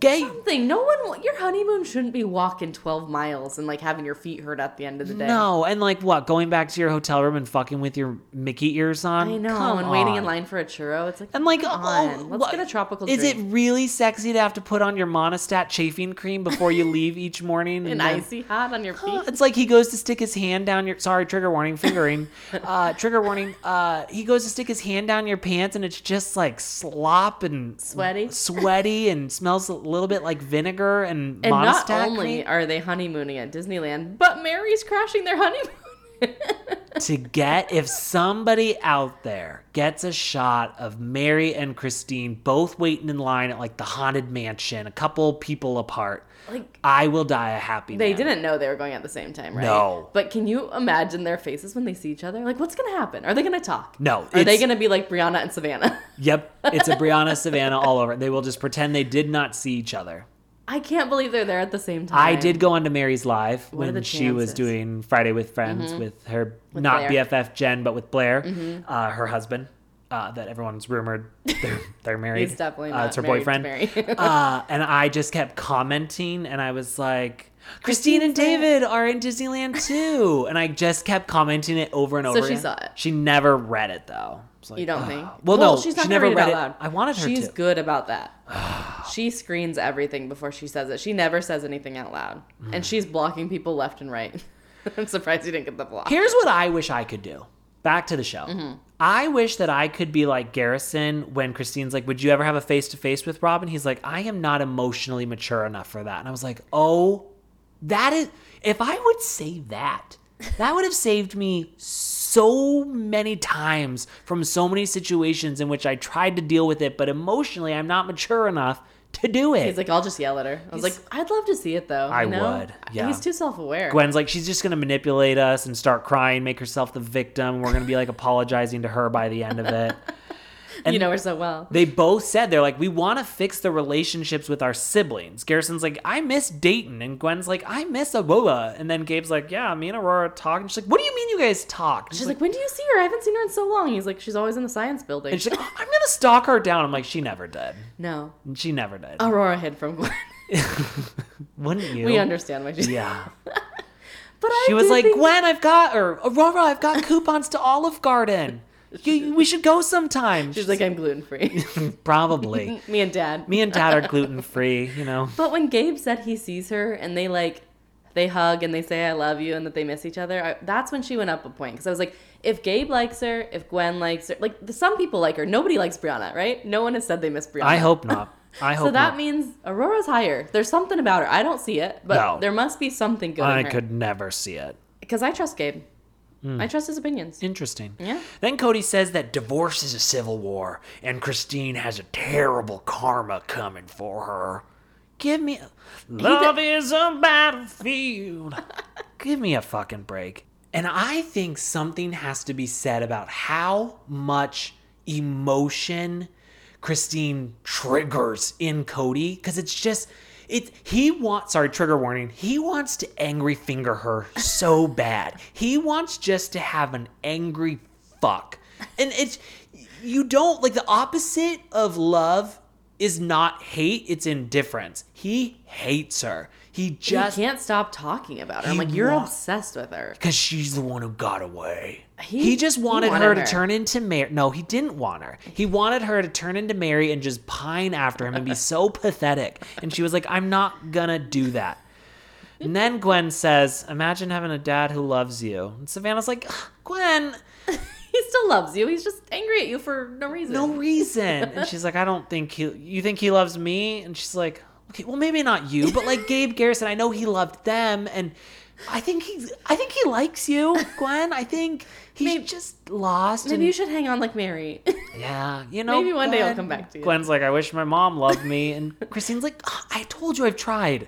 Speaker 1: Gay
Speaker 8: thing. No one. wa- Your honeymoon shouldn't be walking twelve miles and like having your feet hurt at the end of the day.
Speaker 1: No, and like what? Going back to your hotel room and fucking with your Mickey ears on?
Speaker 8: I know.
Speaker 1: Oh, Come
Speaker 8: and waiting in
Speaker 1: on.
Speaker 8: line for a churro. It's like
Speaker 1: And like,
Speaker 8: come
Speaker 1: oh,
Speaker 8: on. let's
Speaker 1: what-
Speaker 8: get a tropical.
Speaker 1: Is
Speaker 8: drink.
Speaker 1: it really sexy to have to put on your monostat chafing cream before you leave each morning?
Speaker 8: an
Speaker 1: then-
Speaker 8: icy hot on your
Speaker 1: Oh,
Speaker 8: feet?
Speaker 1: It's like he goes to stick his hand down your. Sorry, trigger warning, fingering. uh, trigger warning. Uh, he goes to stick his hand down your pants, and it's just like slop and
Speaker 8: Sweaty.
Speaker 1: sweaty, and smells a little bit like vinegar and,
Speaker 8: And not
Speaker 1: monostat
Speaker 8: only
Speaker 1: cream
Speaker 8: are they honeymooning at Disneyland, but Mary's crashing their honeymoon.
Speaker 1: to get if somebody out there gets a shot of Mary and Christine both waiting in line at like the haunted mansion, a couple people apart,
Speaker 8: like
Speaker 1: I will die a happy
Speaker 8: they
Speaker 1: man.
Speaker 8: didn't know they were going at the same time, right?
Speaker 1: No.
Speaker 8: But can you imagine their faces when they see each other? Like, what's gonna happen? Are they gonna talk?
Speaker 1: No,
Speaker 8: Are they
Speaker 1: it's-
Speaker 8: gonna be like Brianna and Savannah?
Speaker 1: Yep, it's a Brianna Savannah all over. They will just pretend they did not see each other.
Speaker 8: I can't believe they're there at the same time.
Speaker 1: I did go on to Mary's Live
Speaker 8: What are
Speaker 1: when
Speaker 8: the
Speaker 1: she was
Speaker 8: chances? Mm-hmm.
Speaker 1: doing Friday with Friends with her not
Speaker 8: Blair. Mm-hmm.
Speaker 1: BFF Jen, but with Blair, uh, her husband, uh, that everyone's rumored they're, they're married.
Speaker 8: He's definitely
Speaker 1: uh,
Speaker 8: not
Speaker 1: it's her
Speaker 8: married to
Speaker 1: boyfriend.
Speaker 8: Mary.
Speaker 1: uh, and I just kept commenting, and I was like, Christine and David are in Disneyland too, and I just kept commenting it over and over.
Speaker 8: she
Speaker 1: again.
Speaker 8: saw it.
Speaker 1: She never read it though. It's like,
Speaker 8: You don't
Speaker 1: "Ugh."
Speaker 8: think?
Speaker 1: Well, no,
Speaker 8: she's
Speaker 1: she
Speaker 8: not gonna
Speaker 1: never
Speaker 8: read it
Speaker 1: read
Speaker 8: out
Speaker 1: it.
Speaker 8: loud.
Speaker 1: I wanted her
Speaker 8: She's
Speaker 1: to.
Speaker 8: good about that. she screens everything before she says it. She never says anything out loud,
Speaker 1: Mm.
Speaker 8: and she's blocking people left and right. I'm surprised you didn't get the block.
Speaker 1: Here's what I wish I could do. Back to the show. I wish that I could be like Garrison when Christine's like, Would you ever have a face to face with Rob? And he's like, I am not emotionally mature enough for that. And I was like, Oh That is, if I would say that, that would have saved me so many times from so many situations in which I tried to deal with it, but emotionally I'm not mature enough to do it.
Speaker 8: He's like, I'll just yell at her. I was like, I'd love to see it though.
Speaker 1: I
Speaker 8: you know?
Speaker 1: would, yeah.
Speaker 8: He's too self aware.
Speaker 1: Gwen's like, she's just gonna manipulate us and start crying, make herself the victim. We're gonna be like apologizing to her by the end of it.
Speaker 8: You know her so well.
Speaker 1: They both said they're like, we want to fix the relationships with our siblings. Garrison's like, I miss Dayton, and Gwen's like, I miss Aurora. And then Gabe's like, Yeah, me and Aurora talk. And she's like, What do you mean you guys talk?
Speaker 8: She's like, when do you see her? I haven't seen her in so long. He's like, she's always in the science building.
Speaker 1: and she's like, "Oh, I'm gonna stalk her down. I'm like, she never did.
Speaker 8: no,
Speaker 1: And she never did.
Speaker 8: Aurora hid from Gwen.
Speaker 1: Wouldn't you?
Speaker 8: we understand why she's.
Speaker 1: Yeah.
Speaker 8: But I
Speaker 1: She was
Speaker 8: do
Speaker 1: like,
Speaker 8: think-
Speaker 1: Gwen, I've got, or Aurora, I've got coupons to Olive Garden. You, we should go sometime.
Speaker 8: She's like, I'm gluten free.
Speaker 1: probably.
Speaker 8: Me and Dad.
Speaker 1: Me and Dad are gluten free, you know.
Speaker 8: But when Gabe said he sees her and they like, they hug and they say I love you and that they miss each other, I, that's when she went up a point because I was like, if Gabe likes her, if Gwen likes her, like the- some people like her, nobody likes Brianna, right? No one has said they miss Brianna.
Speaker 1: I hope not. I hope
Speaker 8: So that
Speaker 1: not.
Speaker 8: means Aurora's higher. There's something about her. I don't see it, but
Speaker 1: No.
Speaker 8: there must be something good.
Speaker 1: I
Speaker 8: in her.
Speaker 1: could Hmm. never see it.
Speaker 8: because I trust Gabe. I trust his opinions.
Speaker 1: Interesting.
Speaker 8: Yeah.
Speaker 1: Then Cody says that
Speaker 7: Divorce is a civil war, and Christine has a terrible karma coming for her.
Speaker 1: give me love is a battlefield. give me a fucking break. And I think something has to be said about how much emotion Christine triggers in Cody because it's just it he wants sorry trigger warning he wants to angry finger her so bad he wants just to have an angry fuck and it's you don't like the opposite of love is not hate it's indifference he hates her he
Speaker 8: You
Speaker 1: just
Speaker 8: can't stop talking about her. I'm
Speaker 1: He
Speaker 8: like, you're
Speaker 1: wa-
Speaker 8: obsessed with her.
Speaker 1: because she's the one who got away. He,
Speaker 8: He-
Speaker 1: just
Speaker 8: he
Speaker 1: wanted,
Speaker 8: wanted
Speaker 1: her to
Speaker 8: her.
Speaker 1: turn into Mary. No, he didn't want her. He wanted her to turn into Mary and just pine after him and be so pathetic. And she was like, I'm not gonna do that. And then Gwen says, Imagine having a dad who loves you. And Savannah's like, "Ugh, Gwen,
Speaker 8: He still loves you. He's just angry at you for no reason.
Speaker 1: no reason. And she's like, I don't think he, you think he loves me? And she's like, okay, well, maybe not you, but like Gabe Garrison, I know he loved them. And I think he's, I think he likes you, Gwen. I think he's just lost.
Speaker 8: Maybe
Speaker 1: and-
Speaker 8: you should hang on like Mary.
Speaker 1: yeah, you know,
Speaker 8: Maybe one day I'll come back to you.
Speaker 1: Gwen's like, I wish my mom loved me. And Christine's like, "Ah, I told you I've tried.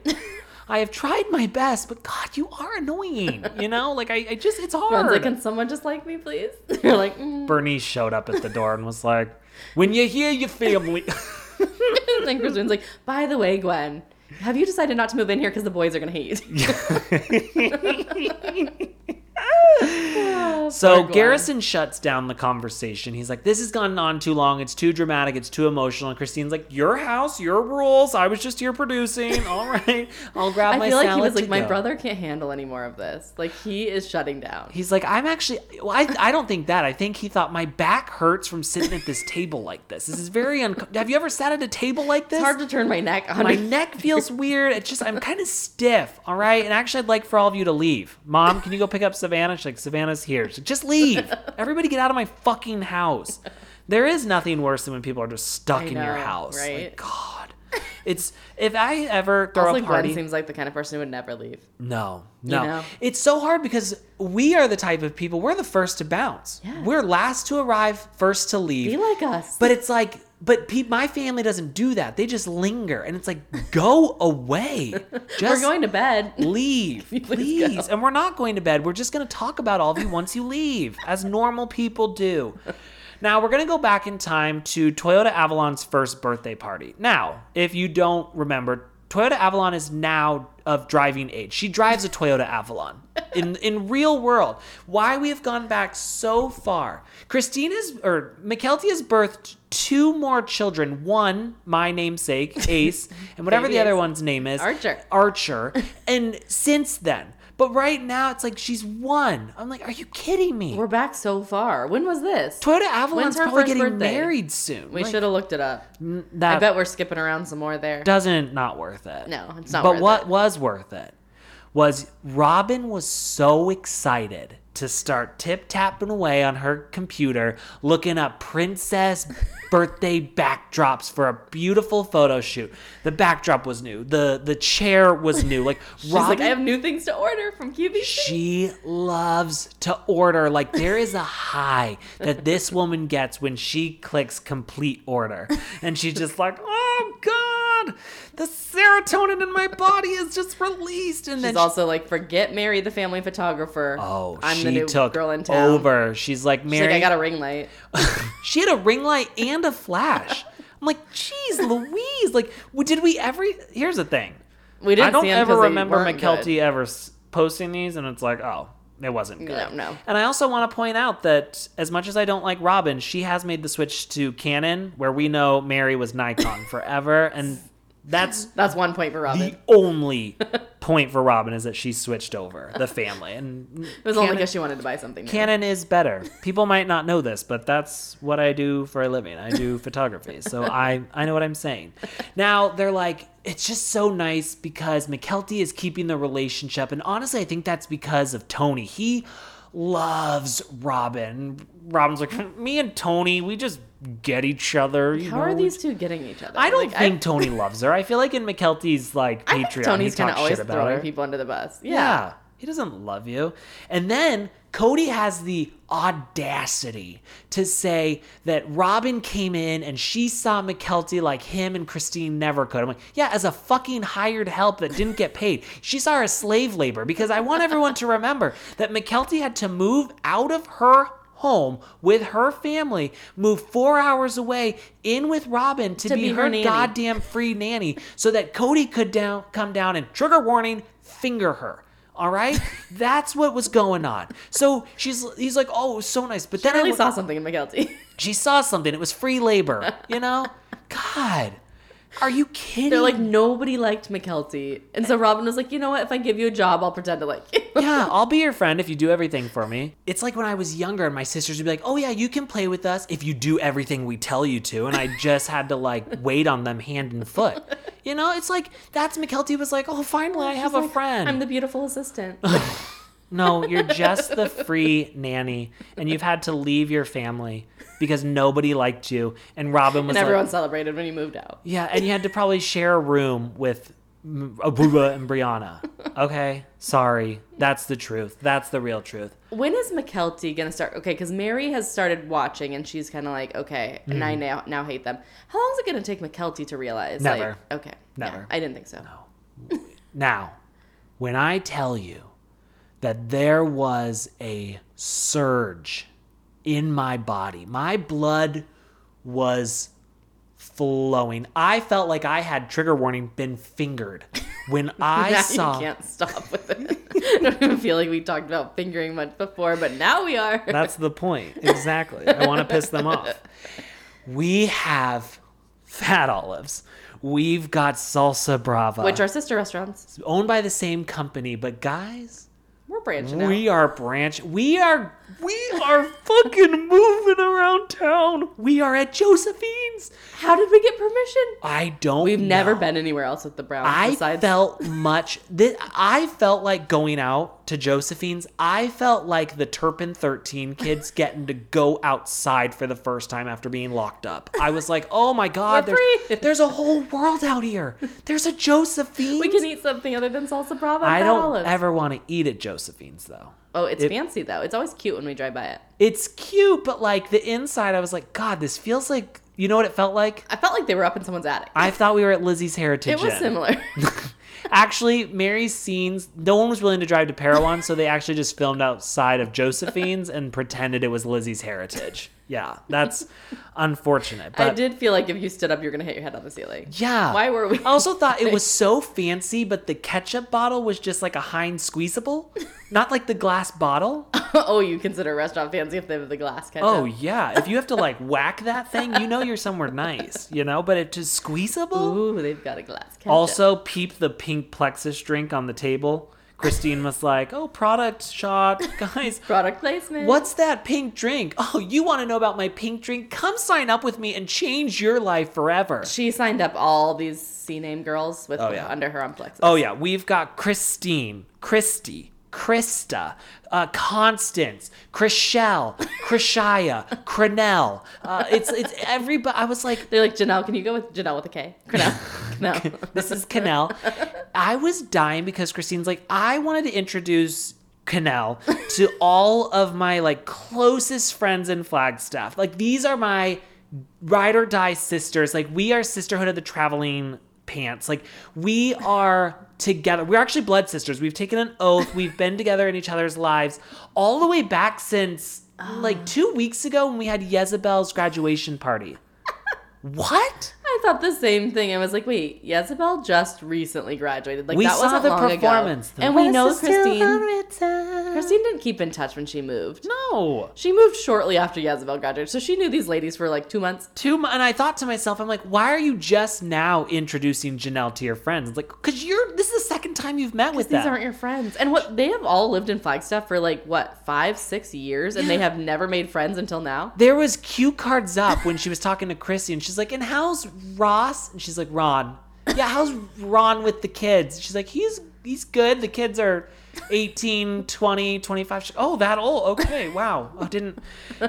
Speaker 1: I have tried my best, but God, you are annoying. You know, like I, I just, it's hard.
Speaker 8: Gwen's like, can someone just like me, please? You're like, mm.
Speaker 1: Bernice showed up at the door and was like, when you hear your family.
Speaker 8: and then Christine's like, by the way, Gwen, have you decided not to move in here because the boys are gonna hate you?
Speaker 1: So
Speaker 8: Poor Gwen.
Speaker 1: Garrison shuts down the conversation. He's like, "This has gone on too long. It's too dramatic. It's too emotional." And Christine's like, "Your house, your rules. I was just here producing. All right, I'll grab
Speaker 8: I
Speaker 1: my
Speaker 8: feel like he
Speaker 1: salad
Speaker 8: was
Speaker 1: to
Speaker 8: like, my
Speaker 1: go."
Speaker 8: brother can't handle any more of this. Like he is shutting down.
Speaker 1: He's like, "I'm actually. Well, I I don't think that. I think he thought my back hurts from sitting at this table like this. This is very uncomfortable. Have you ever sat at a table like this?
Speaker 8: It's hard to turn my neck on
Speaker 1: my neck feels weird. It's just I'm kind of stiff. All right. And actually, I'd like for all of you to leave. Mom, can you go pick up Savannah? She's like, Savannah's here. She's like, just leave. Everybody, get out of my fucking house. There is nothing worse than when people are just stuck
Speaker 8: I
Speaker 1: in your
Speaker 8: know,
Speaker 1: house. Like
Speaker 8: right?
Speaker 1: God, it's if I ever throw
Speaker 8: Also,
Speaker 1: a
Speaker 8: like Gwen
Speaker 1: party.
Speaker 8: seems like the kind of person who would never leave.
Speaker 1: No, no.
Speaker 8: know?
Speaker 1: It's so hard because we are the type of people, we're the first to bounce.
Speaker 8: Yeah.
Speaker 1: We're last to arrive, first to leave.
Speaker 8: Be like us.
Speaker 1: But it's like, but pe- my family doesn't do that. They just linger. And it's like, go away.
Speaker 8: We're
Speaker 1: Just
Speaker 8: going to bed.
Speaker 1: leave. please. And we're not going to bed. We're just going to talk about all of you once you leave, as normal people do. Now, we're going to go back in time to Toyota Avalon's first birthday party. Now, if you don't remember, Toyota Avalon is now of driving age. She drives a Toyota Avalon in in real world. Why we have gone back so far. Christina's or McKelty has birthed two more children. One, my namesake, Ace, and whatever
Speaker 8: Baby
Speaker 1: the other
Speaker 8: Ace.
Speaker 1: one's name is.
Speaker 8: Archer.
Speaker 1: Archer. And since then. But right now it's like she's one. I'm like, are you kidding me?
Speaker 8: We're back so far. When was this?
Speaker 1: Toyota Avalon's
Speaker 8: When's her
Speaker 1: probably
Speaker 8: first
Speaker 1: getting
Speaker 8: birthday?
Speaker 1: married soon.
Speaker 8: We
Speaker 1: Like,
Speaker 8: should have looked it up.
Speaker 1: that
Speaker 8: I bet we're skipping around some more there.
Speaker 1: doesn't not worth it.
Speaker 8: No, it's not
Speaker 1: But
Speaker 8: worth
Speaker 1: what
Speaker 8: it.
Speaker 1: was worth it was Robin was so excited to start tip tapping away on her computer, looking up princess birthday backdrops for a beautiful photo shoot. The backdrop was new. the The chair was new. Like
Speaker 8: She's
Speaker 1: Robin
Speaker 8: like, I have new things to order from QVC.
Speaker 1: she loves to order. Like there is a high that this woman gets when she clicks complete order. And she's just like, oh God, the serotonin in my body is just released. And then
Speaker 8: She's
Speaker 1: she-
Speaker 8: also like, forget Mary, the family photographer.
Speaker 1: Oh,
Speaker 8: I'm
Speaker 1: she
Speaker 8: the new
Speaker 1: took
Speaker 8: girl in town.
Speaker 1: over. She's like,
Speaker 8: She's like,
Speaker 1: Mary.
Speaker 8: I got a ring light.
Speaker 1: she had a ring light and a flash. I'm like, geez, Louise. Like, w- did we ever? e-" Here's the thing.
Speaker 8: We didn't
Speaker 1: I don't
Speaker 8: see 'em 'cause
Speaker 1: ever
Speaker 8: they
Speaker 1: remember
Speaker 8: weren't
Speaker 1: McKelty
Speaker 8: good.
Speaker 1: ever s- posting these, and it's like, oh, it wasn't good.
Speaker 8: No, no.
Speaker 1: And I also want to point out that as much as I don't like Robin, she has made the switch to Canon, where we know Mary was Nikon forever, and that's
Speaker 8: That's one point for Robin.
Speaker 1: the only point for Robin is that she switched over the family, and
Speaker 8: it was only because she wanted to buy something. New.
Speaker 1: Canon is better. People might not know this, but that's what I do for a living. I do photography. So I I know what I'm saying. Now they're like it's just so nice because McKelty is keeping the relationship and honestly I think that's because of Tony. He loves Robin. Robin's like me and Tony, we just get each other. You
Speaker 8: How
Speaker 1: know,
Speaker 8: are
Speaker 1: we
Speaker 8: these two getting each other?
Speaker 1: I don't
Speaker 8: Like,
Speaker 1: think Tony loves her. I feel like in McKelty's like
Speaker 8: I,
Speaker 1: Patreon,
Speaker 8: I think Tony's
Speaker 1: he talks
Speaker 8: kind of
Speaker 1: shit
Speaker 8: always
Speaker 1: about
Speaker 8: throwing
Speaker 1: her.
Speaker 8: people under the bus. Yeah.
Speaker 1: Yeah. He doesn't love you. And then Cody has the audacity to say that Robin came in and she saw McKelty like him and Christine never could. I'm like, yeah, as a fucking hired help that didn't get paid. She saw her as slave labor because I want everyone to remember that McKelty had to move out of her home with her family, move four hours away in with Robin to, be,
Speaker 8: be
Speaker 1: her,
Speaker 8: her nanny.
Speaker 1: goddamn free nanny so that Cody could down come down and trigger warning, finger her. All right, that's what was going on. So she's he's like, oh, it was so nice, but then
Speaker 8: I really
Speaker 1: I
Speaker 8: saw something in McKelty.
Speaker 1: she saw something. It was free labor, you know. God, are you kidding?
Speaker 8: They're like nobody liked McKelty, and so Robin was like, you know what? If I give you a job, I'll pretend to like you.
Speaker 1: yeah, I'll be your friend if you do everything for me. It's like when I was younger and my sisters would be like, oh, yeah, you can play with us if you do everything we tell you to. And I just had to like wait on them hand and foot. You know, it's like that's McKelty was like, oh, finally, I have a friend.
Speaker 8: I'm the beautiful assistant.
Speaker 1: no, you're just the free nanny and you've had to leave your family because nobody liked you. And Robin was
Speaker 8: and
Speaker 1: like,
Speaker 8: everyone celebrated when he moved out.
Speaker 1: yeah, and you had to probably share a room with M- Abuba and Brianna. Okay, sorry. That's the truth. That's the real truth.
Speaker 8: When is McKelty gonna start? Okay, because Mary has started watching, and she's kind of like, okay, and
Speaker 1: Mm-hmm.
Speaker 8: I now now hate them. How long is it gonna take McKelty to realize?
Speaker 1: Never.
Speaker 8: Like, okay. yeah,
Speaker 1: Never.
Speaker 8: I didn't think so.
Speaker 1: Now, when I tell you that there was a surge in my body, my blood was flowing. I felt like I had trigger warning been fingered when I
Speaker 8: now
Speaker 1: saw.
Speaker 8: you can't stop with it. I don't even feel like we talked about fingering much before, but now we are.
Speaker 1: That's the point. Exactly. I want to piss them off. We have fat olives. We've got salsa brava,
Speaker 8: Which are sister restaurants.
Speaker 1: owned by the same company. But guys,
Speaker 8: We're branching out.
Speaker 1: We are branch. We are we are fucking moving around town. We are at Josephine's.
Speaker 8: How did we get permission?
Speaker 1: I don't.
Speaker 8: We've never
Speaker 1: know.
Speaker 8: been anywhere else with the Browns.
Speaker 1: I
Speaker 8: besides
Speaker 1: felt much. This, I felt like going out to Josephine's. I felt like the Turpin Thirteen kids getting to go outside for the first time after being locked up. I was like, oh my god,
Speaker 8: We're free.
Speaker 1: there's, there's a whole world out here. There's a Josephine's.
Speaker 8: we can eat something other than salsa brava.
Speaker 1: I
Speaker 8: and fat
Speaker 1: don't
Speaker 8: olives.
Speaker 1: ever want to eat at Josephine's though.
Speaker 8: Oh, it's
Speaker 1: it-
Speaker 8: fancy though. It's always cute when we drive by it.
Speaker 1: it's cute, but like the inside, I was like, God, this feels like you know what it felt like.
Speaker 8: I felt like they were up in someone's attic.
Speaker 1: I thought we were at Lizzie's Heritage.
Speaker 8: it was
Speaker 1: Inn.
Speaker 8: similar.
Speaker 1: Actually, Mary's scenes, no one was willing to drive to Parowan, so they actually just filmed outside of Josephine's and pretended it was Lizzie's Heritage. Yeah, that's unfortunate. But
Speaker 8: I did feel like if you stood up, you're gonna hit your head on the ceiling.
Speaker 1: Yeah.
Speaker 8: Why were we?
Speaker 1: I also thought it was so fancy, but the ketchup bottle was just like a Heinz squeezable, not like the glass bottle.
Speaker 8: oh, you consider a restaurant fancy if they have the glass ketchup?
Speaker 1: Oh yeah, if you have to like whack that thing, you know you're somewhere nice, you know. But it's just squeezable.
Speaker 8: Ooh, they've got a glass ketchup.
Speaker 1: Oh, Also, peep the pink Plexus drink on the table. Christine was like, "Oh, product shot, guys."
Speaker 8: product placement.
Speaker 1: What's that pink drink? Oh, you want to know about my pink drink? Come sign up with me and change your life forever.
Speaker 8: She signed up all these C name girls with
Speaker 1: Oh, yeah.
Speaker 8: under her on Plexus.
Speaker 1: Oh yeah, we've got Christine, Christy, Krista, uh, Constance, Chriselle, Krishaya, Crenell. Uh, it's it's everybody. I was like,
Speaker 8: They're like, Janelle, can you go with Janelle with a K? Janelle. Janelle.
Speaker 1: this is Cannell. I was dying because Christine's like, I wanted to introduce Cannell to all of my like closest friends in Flagstaff. Like these are my ride or die sisters. Like we are sisterhood of the traveling pants. Like we are together. We're actually blood sisters. We've taken an oath. We've been together in each other's lives all the way back since like two weeks ago when we had Jezebel's graduation party. What?
Speaker 8: I thought the same thing. I was like, wait, Jezebel just recently graduated. Like
Speaker 1: We
Speaker 8: that
Speaker 1: saw
Speaker 8: wasn't
Speaker 1: the
Speaker 8: long
Speaker 1: performance,
Speaker 8: ago.
Speaker 1: though.
Speaker 8: And we
Speaker 1: This
Speaker 8: know
Speaker 1: is still
Speaker 8: Christine.
Speaker 1: her time.
Speaker 8: Christine didn't keep in touch when she moved.
Speaker 1: No.
Speaker 8: She moved shortly after Jezebel graduated, so she knew these ladies for like two months.
Speaker 1: Too mu- and I thought to myself, I'm like, why are you just now introducing Janelle to your friends? It's like, cause you're this is the second time you've met with
Speaker 8: These
Speaker 1: them.
Speaker 8: aren't your friends. And what they have all lived in Flagstaff for like what five, six years, and they have never made friends until now.
Speaker 1: there was cue cards up when she was talking to Chrissy, and she's like, and how's Ross? And she's like, Ron. Yeah, how's Ron with the kids? She's like, he's he's good. The kids are 18, 20, 25. She's like, oh, that old. Okay, wow. I didn't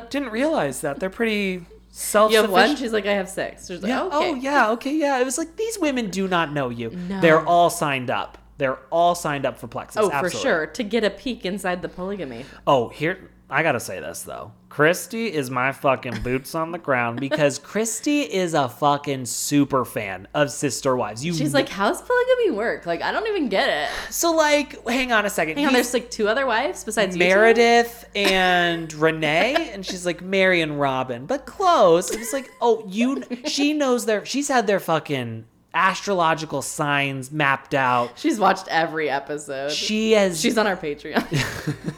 Speaker 1: didn't realize that. They're pretty self
Speaker 8: You have one.
Speaker 1: sufficient.
Speaker 8: She's like, I have six. She's like,
Speaker 1: Yeah.
Speaker 8: okay.
Speaker 1: Oh yeah. Okay. Yeah. It was like these women do not know you. They're all signed up. They're all signed up for Plexus.
Speaker 8: Oh,
Speaker 1: Absolutely.
Speaker 8: for sure. To get a peek inside the polygamy.
Speaker 1: Oh, here I gotta say this though. Christy is my fucking boots on the ground because Christy is a fucking super fan of Sister Wives. You
Speaker 8: She's like, how's polygamy work? Like, I don't even get it.
Speaker 1: so like. Hang on a second.
Speaker 8: Hang on,
Speaker 1: He's-
Speaker 8: there's like two other wives besides you two?
Speaker 1: Meredith and Renee, and she's like Mary and Robin, but close. It's like, oh, you. She knows their. She's had their fucking astrological signs mapped out.
Speaker 8: She's watched every episode.
Speaker 1: She has.
Speaker 8: She's on our Patreon.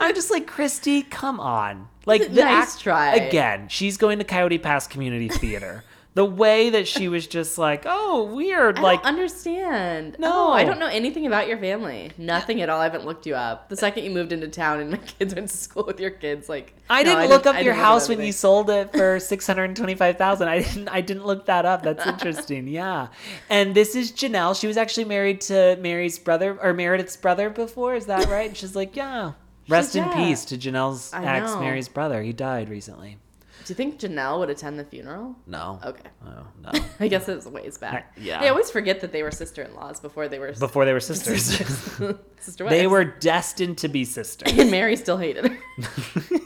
Speaker 1: I'm just like Christy. Come on, like the
Speaker 8: Nice try.
Speaker 1: again. She's going to Coyote Pass Community Theater. the way that she was just like, oh, weird.
Speaker 8: I
Speaker 1: like
Speaker 8: don't understand.
Speaker 1: No.
Speaker 8: Oh, I don't know anything about your family. Nothing at all. I haven't looked you up. The second you moved into town and my kids went to school with your kids, like
Speaker 1: I
Speaker 8: no,
Speaker 1: didn't look up
Speaker 8: I
Speaker 1: your
Speaker 8: didn't look
Speaker 1: house
Speaker 8: up
Speaker 1: when you
Speaker 8: anything.
Speaker 1: sold it for six hundred and twenty-five thousand. I didn't. I didn't look that up. That's interesting. yeah. And this is Janelle. She was actually married to Mary's brother or Meredith's brother before. Is that right? And she's like, yeah. Rest in
Speaker 8: yeah.
Speaker 1: peace to Janelle's
Speaker 8: I
Speaker 1: ex,
Speaker 8: know.
Speaker 1: Mary's brother. He died recently.
Speaker 8: Do you think Janelle would attend the funeral?
Speaker 1: No.
Speaker 8: Okay.
Speaker 1: Oh no.
Speaker 8: I guess it was ways back.
Speaker 1: Yeah.
Speaker 8: I always forget that they were sister in laws before they were
Speaker 1: Before they were sisters.
Speaker 8: sister wives.
Speaker 1: They were destined to be sisters.
Speaker 8: and Mary still hated her.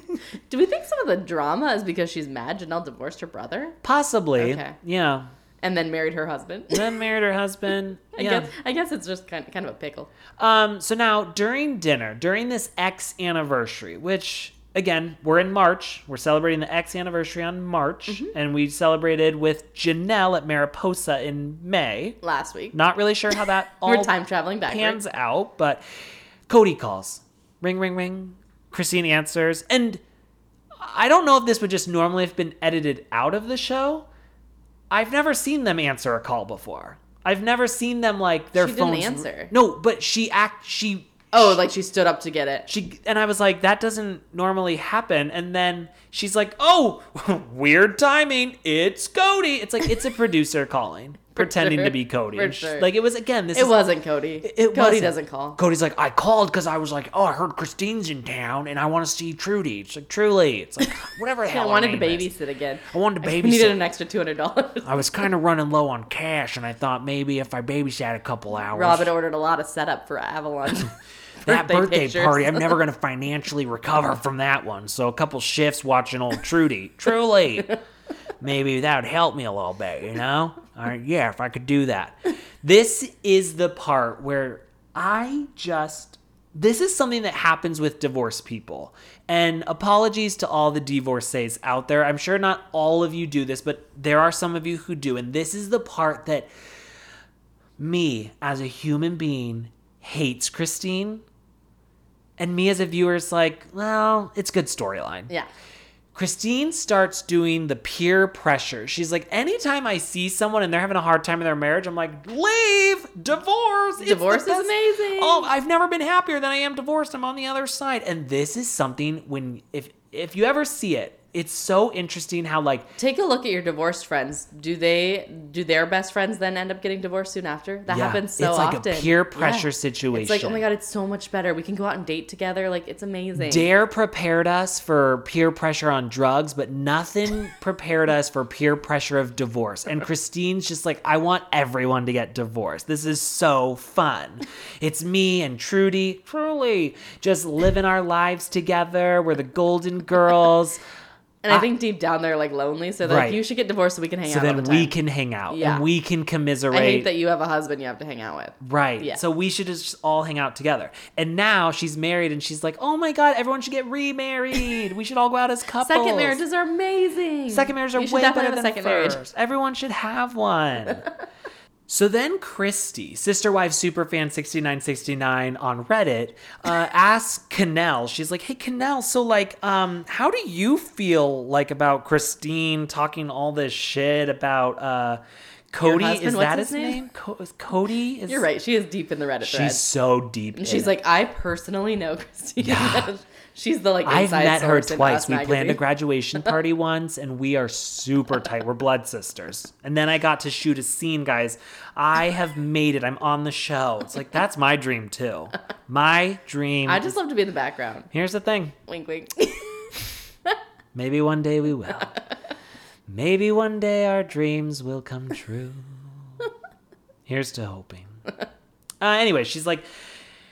Speaker 8: Do we think some of the drama is because she's mad Janelle divorced her brother
Speaker 1: Possibly.
Speaker 8: Okay.
Speaker 1: Yeah.
Speaker 8: and then married her husband?
Speaker 1: Then married her husband.
Speaker 8: I
Speaker 1: yeah.
Speaker 8: guess I guess it's just kind kind of a pickle.
Speaker 1: Um, so now during dinner, during this X anniversary, which again, we're in March. We're celebrating the X anniversary on March,
Speaker 8: Mm-hmm.
Speaker 1: and we celebrated with Janelle at Mariposa in May.
Speaker 8: Last week.
Speaker 1: Not really sure how that all
Speaker 8: We're time traveling backwards.
Speaker 1: pans out, but Cody calls. Ring, ring, ring. Christine answers. And I don't know if this would just normally have been edited out of the show. I've never seen them answer a call before. I've never seen them like their
Speaker 8: She didn't
Speaker 1: phones.
Speaker 8: answer.
Speaker 1: No, but she act she
Speaker 8: Oh, like she stood up to get it.
Speaker 1: she and I was like, that doesn't normally happen. And then she's like, oh, weird timing. It's Cody. It's like it's a producer calling, pretending to
Speaker 8: sure.
Speaker 1: be Cody.
Speaker 8: For
Speaker 1: And she-
Speaker 8: sure.
Speaker 1: Like it was again. This
Speaker 8: It
Speaker 1: is
Speaker 8: wasn't Cody.
Speaker 1: it
Speaker 8: Cody
Speaker 1: wasn't.
Speaker 8: doesn't call.
Speaker 1: Cody's like, I called because I was like, oh, I heard Christine's in town and I want to see Trudy. It's like, truly. It's like, whatever the
Speaker 8: I
Speaker 1: hell. her
Speaker 8: wanted to
Speaker 1: name is.
Speaker 8: babysit again.
Speaker 1: I wanted to
Speaker 8: I
Speaker 1: babysit.
Speaker 8: needed an extra two hundred dollars.
Speaker 1: I was kind of running low on cash and I thought maybe if I babysat a couple hours,
Speaker 8: Robin ordered a lot of setup for Avalon.
Speaker 1: that
Speaker 8: birthday
Speaker 1: birthday
Speaker 8: pictures.
Speaker 1: party, I'm never going to financially recover from that one. So a couple shifts watching old Trudy. Truly. Maybe that would help me a little bit, you know? All right, yeah, if I could do that. This is the part where I just this is something that happens with divorced people. And apologies to all the divorcees out there. I'm sure not all of you do this, but there are some of you who do. And this is the part that me as a human being hates Christine. And me as a viewer is like, well, it's good storyline.
Speaker 8: yeah.
Speaker 1: Christine starts doing the peer pressure. She's like, anytime I see someone and they're having a hard time in their marriage, I'm like, leave, divorce. It's the
Speaker 8: Divorce is
Speaker 1: best."
Speaker 8: amazing.
Speaker 1: Oh, I've never been happier than I am divorced. I'm on the other side, and this is something when if if you ever see it, it's so interesting how like
Speaker 8: Take a look at your divorced friends. Do they do their best friends then end up getting divorced soon after? That
Speaker 1: Yeah,
Speaker 8: happens so
Speaker 1: it's like a
Speaker 8: often.
Speaker 1: peer pressure
Speaker 8: It's like, oh
Speaker 1: situation.
Speaker 8: my god, it's so much better. We can go out and date together. Like it's amazing.
Speaker 1: Dare prepared us for peer pressure on drugs, but nothing prepared us for peer pressure of divorce. And Christine's just like, I want everyone to get divorced. This is so fun. It's me and Trudy, truly, just living our lives together. We're the golden girls.
Speaker 8: and I, think deep down they're like lonely, so they're
Speaker 1: Right.
Speaker 8: like, you should get divorced so we can hang
Speaker 1: so
Speaker 8: out. all
Speaker 1: then
Speaker 8: the time.
Speaker 1: we can hang out
Speaker 8: Yeah.
Speaker 1: and we can commiserate.
Speaker 8: I hate that you have a husband you have to hang out with.
Speaker 1: Right.
Speaker 8: Yeah.
Speaker 1: So we should just all hang out together. And now she's married and she's like, oh my God, everyone should get remarried. We should all go out as couples.
Speaker 8: Second marriages are amazing.
Speaker 1: Second marriages are
Speaker 8: Hmm. You should
Speaker 1: way better
Speaker 8: definitely
Speaker 1: than
Speaker 8: have a second
Speaker 1: first.
Speaker 8: marriage.
Speaker 1: Everyone should have one. so then Christy, sister wife superfan 6969 on Reddit, uh, asks Cannell, she's like, hey, Cannell, so like, um, how do you feel like about Christine talking all this shit about uh, Cody?
Speaker 8: husband,
Speaker 1: is
Speaker 8: what's
Speaker 1: that
Speaker 8: his
Speaker 1: his
Speaker 8: name?
Speaker 1: name? Co- is Cody? Is
Speaker 8: You're right. She is deep in the Reddit thread.
Speaker 1: She's so deep.
Speaker 8: And she's
Speaker 1: in it.
Speaker 8: like, I personally know Christine.
Speaker 1: Yeah.
Speaker 8: She's the like
Speaker 1: I've
Speaker 8: inside
Speaker 1: met her
Speaker 8: source in
Speaker 1: twice.
Speaker 8: Us
Speaker 1: We planned a
Speaker 8: magazine.
Speaker 1: graduation party once, and we are super tight. We're blood sisters. And then I got to shoot a scene, guys. I have made it. I'm on the show. It's like that's my dream too. My dream.
Speaker 8: I just love to be in the background.
Speaker 1: Here's the thing.
Speaker 8: Wink, wink.
Speaker 1: Maybe one day we will. Maybe one day our dreams will come true. Here's to hoping. Uh, anyway, she's like,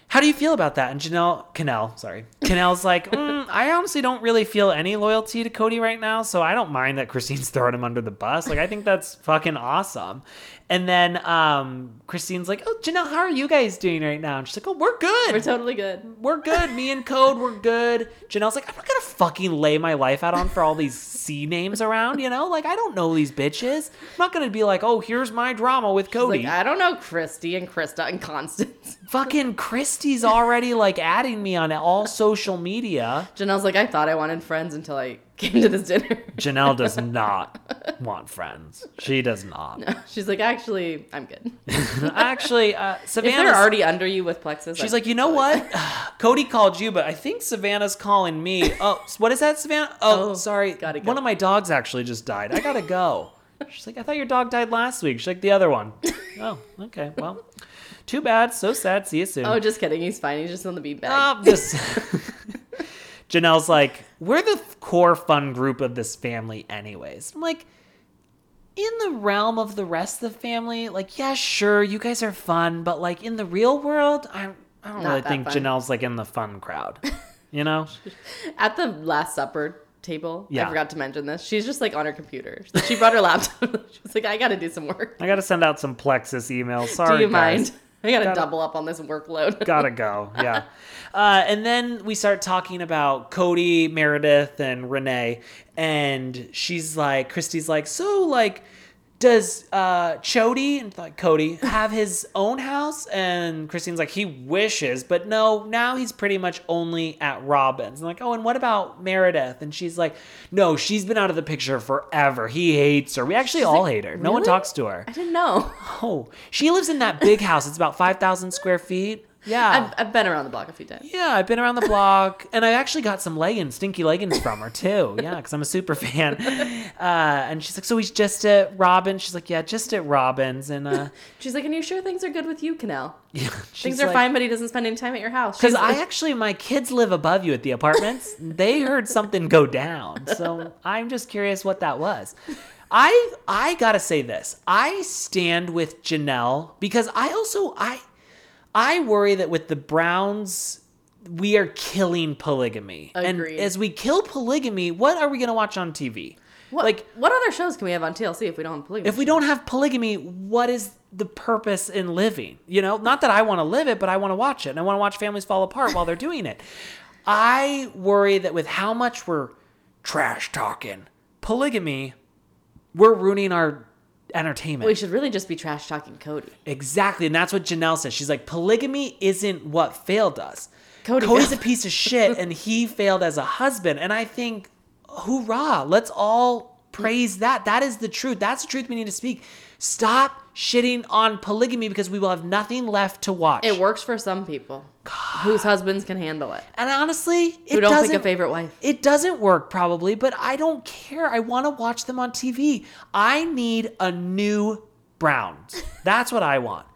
Speaker 1: How do you feel about that? And Janelle, Cannell, sorry. Cannell's like, "Mm, I honestly don't really feel any loyalty to Cody right now, so I don't mind that Christine's throwing him under the bus. Like, I think that's fucking awesome. And then um, Christine's like, Oh, Janelle, how are you guys doing right now? And she's like, Oh, we're good
Speaker 8: We're totally good.
Speaker 1: we're good. Me and Code, we're good. Janelle's like, I'm not gonna fucking lay my life out on for all these C names around, you know? Like, I don't know these bitches. I'm not gonna be like, oh, here's my drama with Cody.
Speaker 8: Like, I don't know Christy and Krista and Constance.
Speaker 1: Fucking Christy's already like adding me on all social media.
Speaker 8: Janelle's like, I thought I wanted friends until I came to this dinner.
Speaker 1: Janelle does not want friends. She does not.
Speaker 8: She's like, actually, I'm good.
Speaker 1: Actually, uh,
Speaker 8: If
Speaker 1: Savannah's
Speaker 8: they're already under you with plexus,
Speaker 1: She's
Speaker 8: I'm-
Speaker 1: like, you know what? Cody called you, but I think Savannah's calling me. Oh, s- what is that, Savannah? Oh,
Speaker 8: Oh,
Speaker 1: sorry.
Speaker 8: gotta go.
Speaker 1: One of my dogs actually just died. I gotta go. She's like, I thought your dog died last week. She's like, the other one. Oh, okay. Well, too bad. So sad. See you soon.
Speaker 8: oh, just kidding. He's fine. He's just on the beanbag.
Speaker 1: Oh, this. Janelle's like, we're the core fun group of this family, anyways. I'm like, in the realm of the rest of the family, like, yeah, sure, you guys are fun, but like in the real world, I'm. I don't
Speaker 8: Not
Speaker 1: really
Speaker 8: that
Speaker 1: think
Speaker 8: fun.
Speaker 1: Janelle's like in the fun crowd, you know?
Speaker 8: At the Last Supper table, I
Speaker 1: Yeah.
Speaker 8: forgot to mention this. She's just like on her computer. She brought her laptop. she was like, I got to do some work.
Speaker 1: I gotta send out some Plexus emails. Sorry,
Speaker 8: do you
Speaker 1: guys.
Speaker 8: mind? I got to
Speaker 1: Gotta-
Speaker 8: double up on this workload.
Speaker 1: gotta go yeah uh, and then we start talking about cody meredith and renee and she's like christy's like so like does uh chody and like cody have his own house and christine's like he wishes but no now he's pretty much only at robin's and like oh and what about meredith and she's like no she's been out of the picture forever he hates her we actually all hate her no one
Speaker 8: really?
Speaker 1: talks to her
Speaker 8: I didn't know.
Speaker 1: oh she lives in that big house it's about 5000 square feet yeah
Speaker 8: I've, I've been around the block a few times.
Speaker 1: yeah, I've been around the block, and I actually got some leggings, stinky leggings from her too. Yeah, because I'm a super fan. Uh, and she's like, "So he's just at Robin's." She's like, "Yeah, just at Robin's." And uh,
Speaker 8: She's like, and you sure things are good with you, Canal?
Speaker 1: yeah,
Speaker 8: Things are fine, but he doesn't spend any time at your house.
Speaker 1: Because
Speaker 8: She's-
Speaker 1: I actually, my kids live above you at the apartments. they heard something go down, so I'm just curious what that was. I I gotta say this. I stand with Janelle because I also I I worry that with the Browns, we are killing polygamy.
Speaker 8: Agreed.
Speaker 1: And as we kill polygamy, what are we going to watch on TV?
Speaker 8: what,
Speaker 1: like-
Speaker 8: what other shows can we have on TLC if we don't have polygamy?
Speaker 1: If we don't have polygamy, what is the purpose in living? You know, not that I want to live it, but I want to watch it. And I want to watch families fall apart while they're doing it. I worry that with how much we're trash talking polygamy, we're ruining our entertainment.
Speaker 8: we should really just be trash talking Cody.
Speaker 1: Exactly. And that's what Janelle says. She's like, polygamy isn't what failed us.
Speaker 8: Cody
Speaker 1: Cody's
Speaker 8: failed.
Speaker 1: a piece of shit and he failed as a husband. And I think, hoorah, let's all praise that. That is the truth. That's the truth we need to speak. Stop shitting on polygamy because we will have nothing left to watch.
Speaker 8: It works for some people whose husbands can handle it.
Speaker 1: And honestly, it
Speaker 8: Who don't
Speaker 1: doesn't
Speaker 8: pick a favorite wife.
Speaker 1: It doesn't work probably, but I don't care. I want to watch them on TV. I need a new Browns. That's what I want.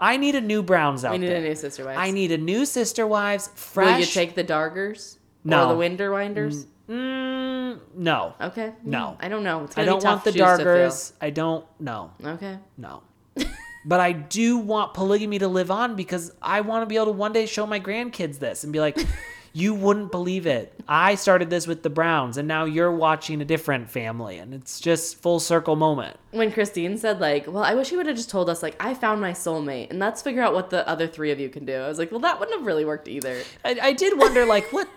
Speaker 1: I need a new Browns out
Speaker 8: We need
Speaker 1: there.
Speaker 8: a new sister wife.
Speaker 1: I need a new Sister Wives. Fresh.
Speaker 8: Will you take the Dargers?
Speaker 1: No.
Speaker 8: Or the Winder Winders?
Speaker 1: Mm, no.
Speaker 8: Okay.
Speaker 1: No.
Speaker 8: I don't know. It's
Speaker 1: I don't
Speaker 8: gonna be tough
Speaker 1: want the
Speaker 8: shoes to fill.
Speaker 1: Dargers. I don't. No.
Speaker 8: Okay.
Speaker 1: No. but I do want polygamy to live on because I want to be able to one day show my grandkids this and be like, you wouldn't believe it. I started this with the Browns and now you're watching a different family. And it's just full circle moment.
Speaker 8: When Christine said like, "Well, I wish he would have just told us like I found my soulmate and let's figure out what the other three of you can do." I was like, "Well, that wouldn't have really worked either."
Speaker 1: I, I did wonder, like, what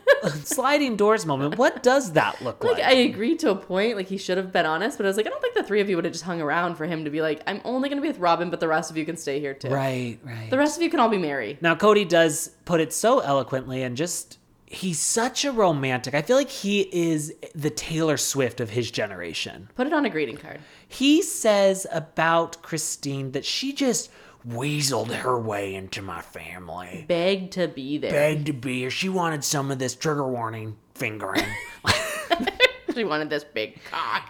Speaker 1: sliding doors moment, what does that look like?
Speaker 8: Like I agree to a point. Like he should have been honest, but I was like, I don't think the three of you would have just hung around for him to be like, "I'm only gonna be with Robin, but the rest of you can stay here too."
Speaker 1: right, right.
Speaker 8: The rest of you can all be married.
Speaker 1: Now, Cody does put it so eloquently and just, he's such a romantic. I feel like he is the Taylor Swift of his generation.
Speaker 8: Put it on a greeting card.
Speaker 1: He says about Christine that she just weaseled her way into my family.
Speaker 8: Beg to be there.
Speaker 1: Begged to be here. She wanted some of this trigger warning fingering.
Speaker 8: She wanted this big cock.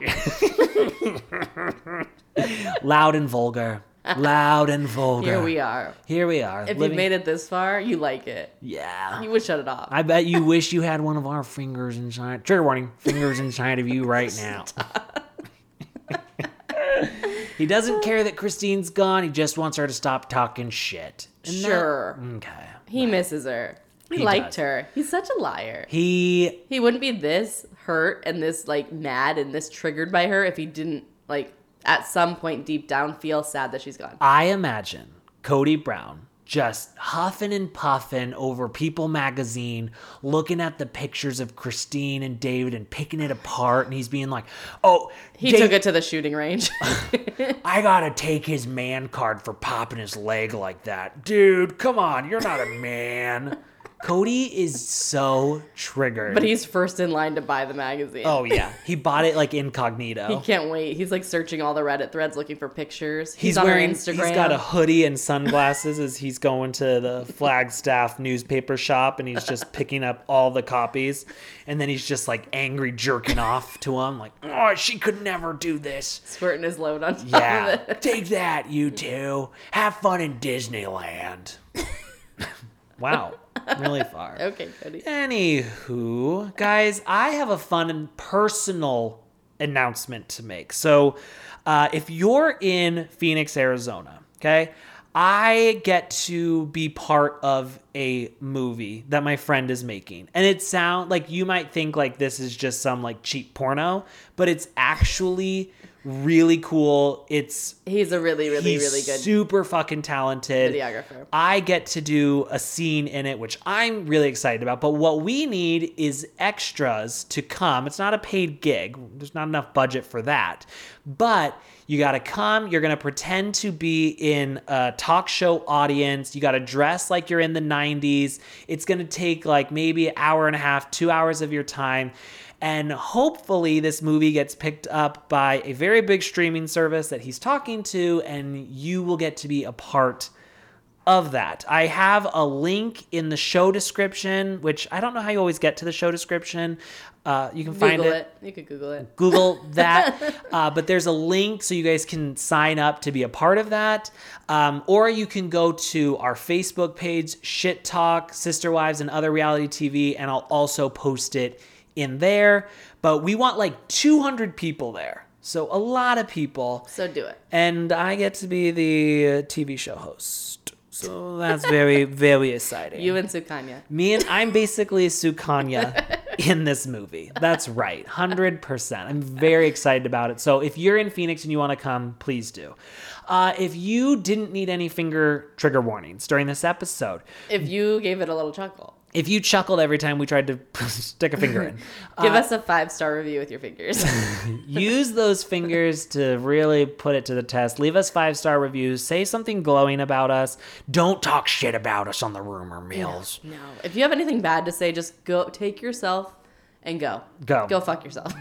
Speaker 1: Loud and vulgar. Loud and vulgar.
Speaker 8: Here we are.
Speaker 1: Here we are.
Speaker 8: If you made it this far, you like it.
Speaker 1: Yeah.
Speaker 8: You would shut it off.
Speaker 1: I bet you wish you had one of our fingers inside. Trigger warning. Fingers inside of you right now. he doesn't care that Christine's gone. He just wants her to stop talking shit. And that-
Speaker 8: sure.
Speaker 1: okay.
Speaker 8: He misses her. Mm-hmm. He,
Speaker 1: He
Speaker 8: liked
Speaker 1: does.
Speaker 8: her. He's such a liar.
Speaker 1: He
Speaker 8: He wouldn't be this hurt and this like mad and this triggered by her if he didn't like at some point deep down feel sad that she's gone.
Speaker 1: I imagine Cody Brown just huffing and puffing over People magazine, looking at the pictures of Christine and David and picking it apart. And he's being like, oh,
Speaker 8: He
Speaker 1: Dave-
Speaker 8: took it to the shooting range.
Speaker 1: I gotta take his man card for popping his leg like that. Dude, come on, you're not a man. Cody is so triggered.
Speaker 8: but he's first in line to buy the magazine.
Speaker 1: oh, yeah. He bought it like incognito.
Speaker 8: He can't wait. He's like searching all the Reddit threads looking for pictures. He's,
Speaker 1: He's,
Speaker 8: on
Speaker 1: wearing.
Speaker 8: her Instagram.
Speaker 1: He's got a hoodie and sunglasses as he's going to the Flagstaff newspaper shop, and he's just picking up all the copies. And then he's just like angry jerking off to him, like, "Oh, she could never do this."
Speaker 8: squirting his load on top
Speaker 1: Yeah,
Speaker 8: of it.
Speaker 1: take that, you two. Have fun in Disneyland. wow, really far.
Speaker 8: Okay, Cody.
Speaker 1: Anywho, guys, I have a fun and personal announcement to make. So, uh, if you're in Phoenix, Arizona, okay, I get to be part of a movie that my friend is making, and it sound like you might think like this is just some like cheap porno, but it's actually really cool. It's
Speaker 8: He's a really, really,
Speaker 1: He's
Speaker 8: really good
Speaker 1: super fucking talented
Speaker 8: videographer.
Speaker 1: I get to do a scene in it, which I'm really excited about. But what we need is extras to come. It's not a paid gig, there's not enough budget for that. But you got to come. You're going to pretend to be in a talk show audience. You got to dress like you're in the 90s. It's going to take like maybe an hour and a half, two hours of your time. And hopefully, this movie gets picked up by a very big streaming service that he's talking to, and you will get to be a part of that. I have a link in the show description, which I don't know how you always get to the show description. Uh, you can find
Speaker 8: Google
Speaker 1: it.
Speaker 8: it. You could Google it.
Speaker 1: Google that. uh, but there's a link so you guys can sign up to be a part of that. Um, or you can go to our Facebook page, Shit Talk, Sister Wives, and Other Reality TV, and I'll also post it in there. But we want like 200 people there. So a lot of people.
Speaker 8: So do it.
Speaker 1: And I get to be the uh, TV show host. So that's very, very exciting.
Speaker 8: You and Sukanya.
Speaker 1: Me and I'm basically Sukanya in this movie. That's right. 100%. I'm very excited about it. So if you're in Phoenix and you want to come, please do. Uh, if you didn't need any finger trigger warnings during this episode,
Speaker 8: If you gave it a little chuckle,
Speaker 1: if you chuckled every time we tried to stick a finger in,
Speaker 8: give us a five star review with your fingers.
Speaker 1: use those fingers to really put it to the test. Leave us five star reviews. Say something glowing about us. Don't talk shit about us on the rumor mills.
Speaker 8: no. If you have anything bad to say, just go take yourself and go.
Speaker 1: Go.
Speaker 8: Go fuck yourself.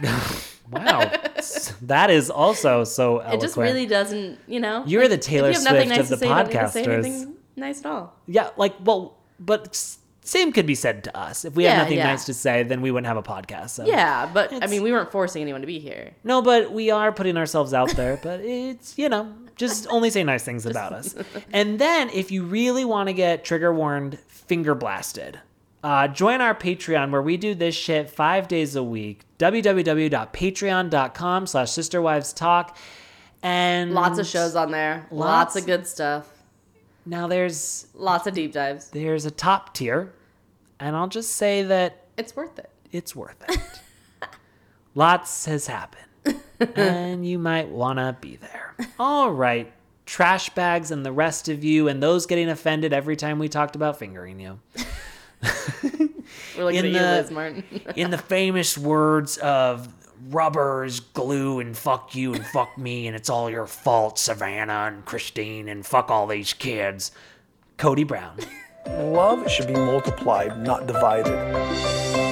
Speaker 1: Wow, S- that is also so
Speaker 8: It
Speaker 1: eloquent.
Speaker 8: just really doesn't, you know.
Speaker 1: You're the Taylor
Speaker 8: if you have nothing
Speaker 1: Swift
Speaker 8: nice
Speaker 1: of
Speaker 8: to
Speaker 1: the
Speaker 8: say, you don't need to say
Speaker 1: podcasters.
Speaker 8: anything nice at all.
Speaker 1: yeah, like well, but s- same could be said to us. If we
Speaker 8: Yeah,
Speaker 1: have nothing
Speaker 8: yeah.
Speaker 1: nice to say, then we wouldn't have a podcast. So.
Speaker 8: Yeah, but I mean, we weren't forcing anyone to be here.
Speaker 1: No, but we are putting ourselves out there, but it's, you know, just only say nice things about us. And then if you really want to get trigger warned, finger blasted, uh, join our Patreon where we do this shit five days a week. www.patreon.com slash sisterwivestalk. And
Speaker 8: Lots of shows on there.
Speaker 1: Mm. Lots.
Speaker 8: Lots, of good stuff.
Speaker 1: Now there's
Speaker 8: Lots of deep dives.
Speaker 1: there's a top tier, and I'll just say that
Speaker 8: It's worth it.
Speaker 1: it's worth it. Lots has happened, and you might want to be there. All right, trash bags and the rest of you, and those getting offended every time we talked about fingering you.
Speaker 8: We're looking
Speaker 1: In
Speaker 8: at
Speaker 1: the-
Speaker 8: you, Liz Martin.
Speaker 1: In the famous words of rubber is glue, and fuck you, and fuck me, and it's all your fault, Savannah and Christine, and fuck all these kids, Cody Brown.
Speaker 6: Love should be multiplied, not divided.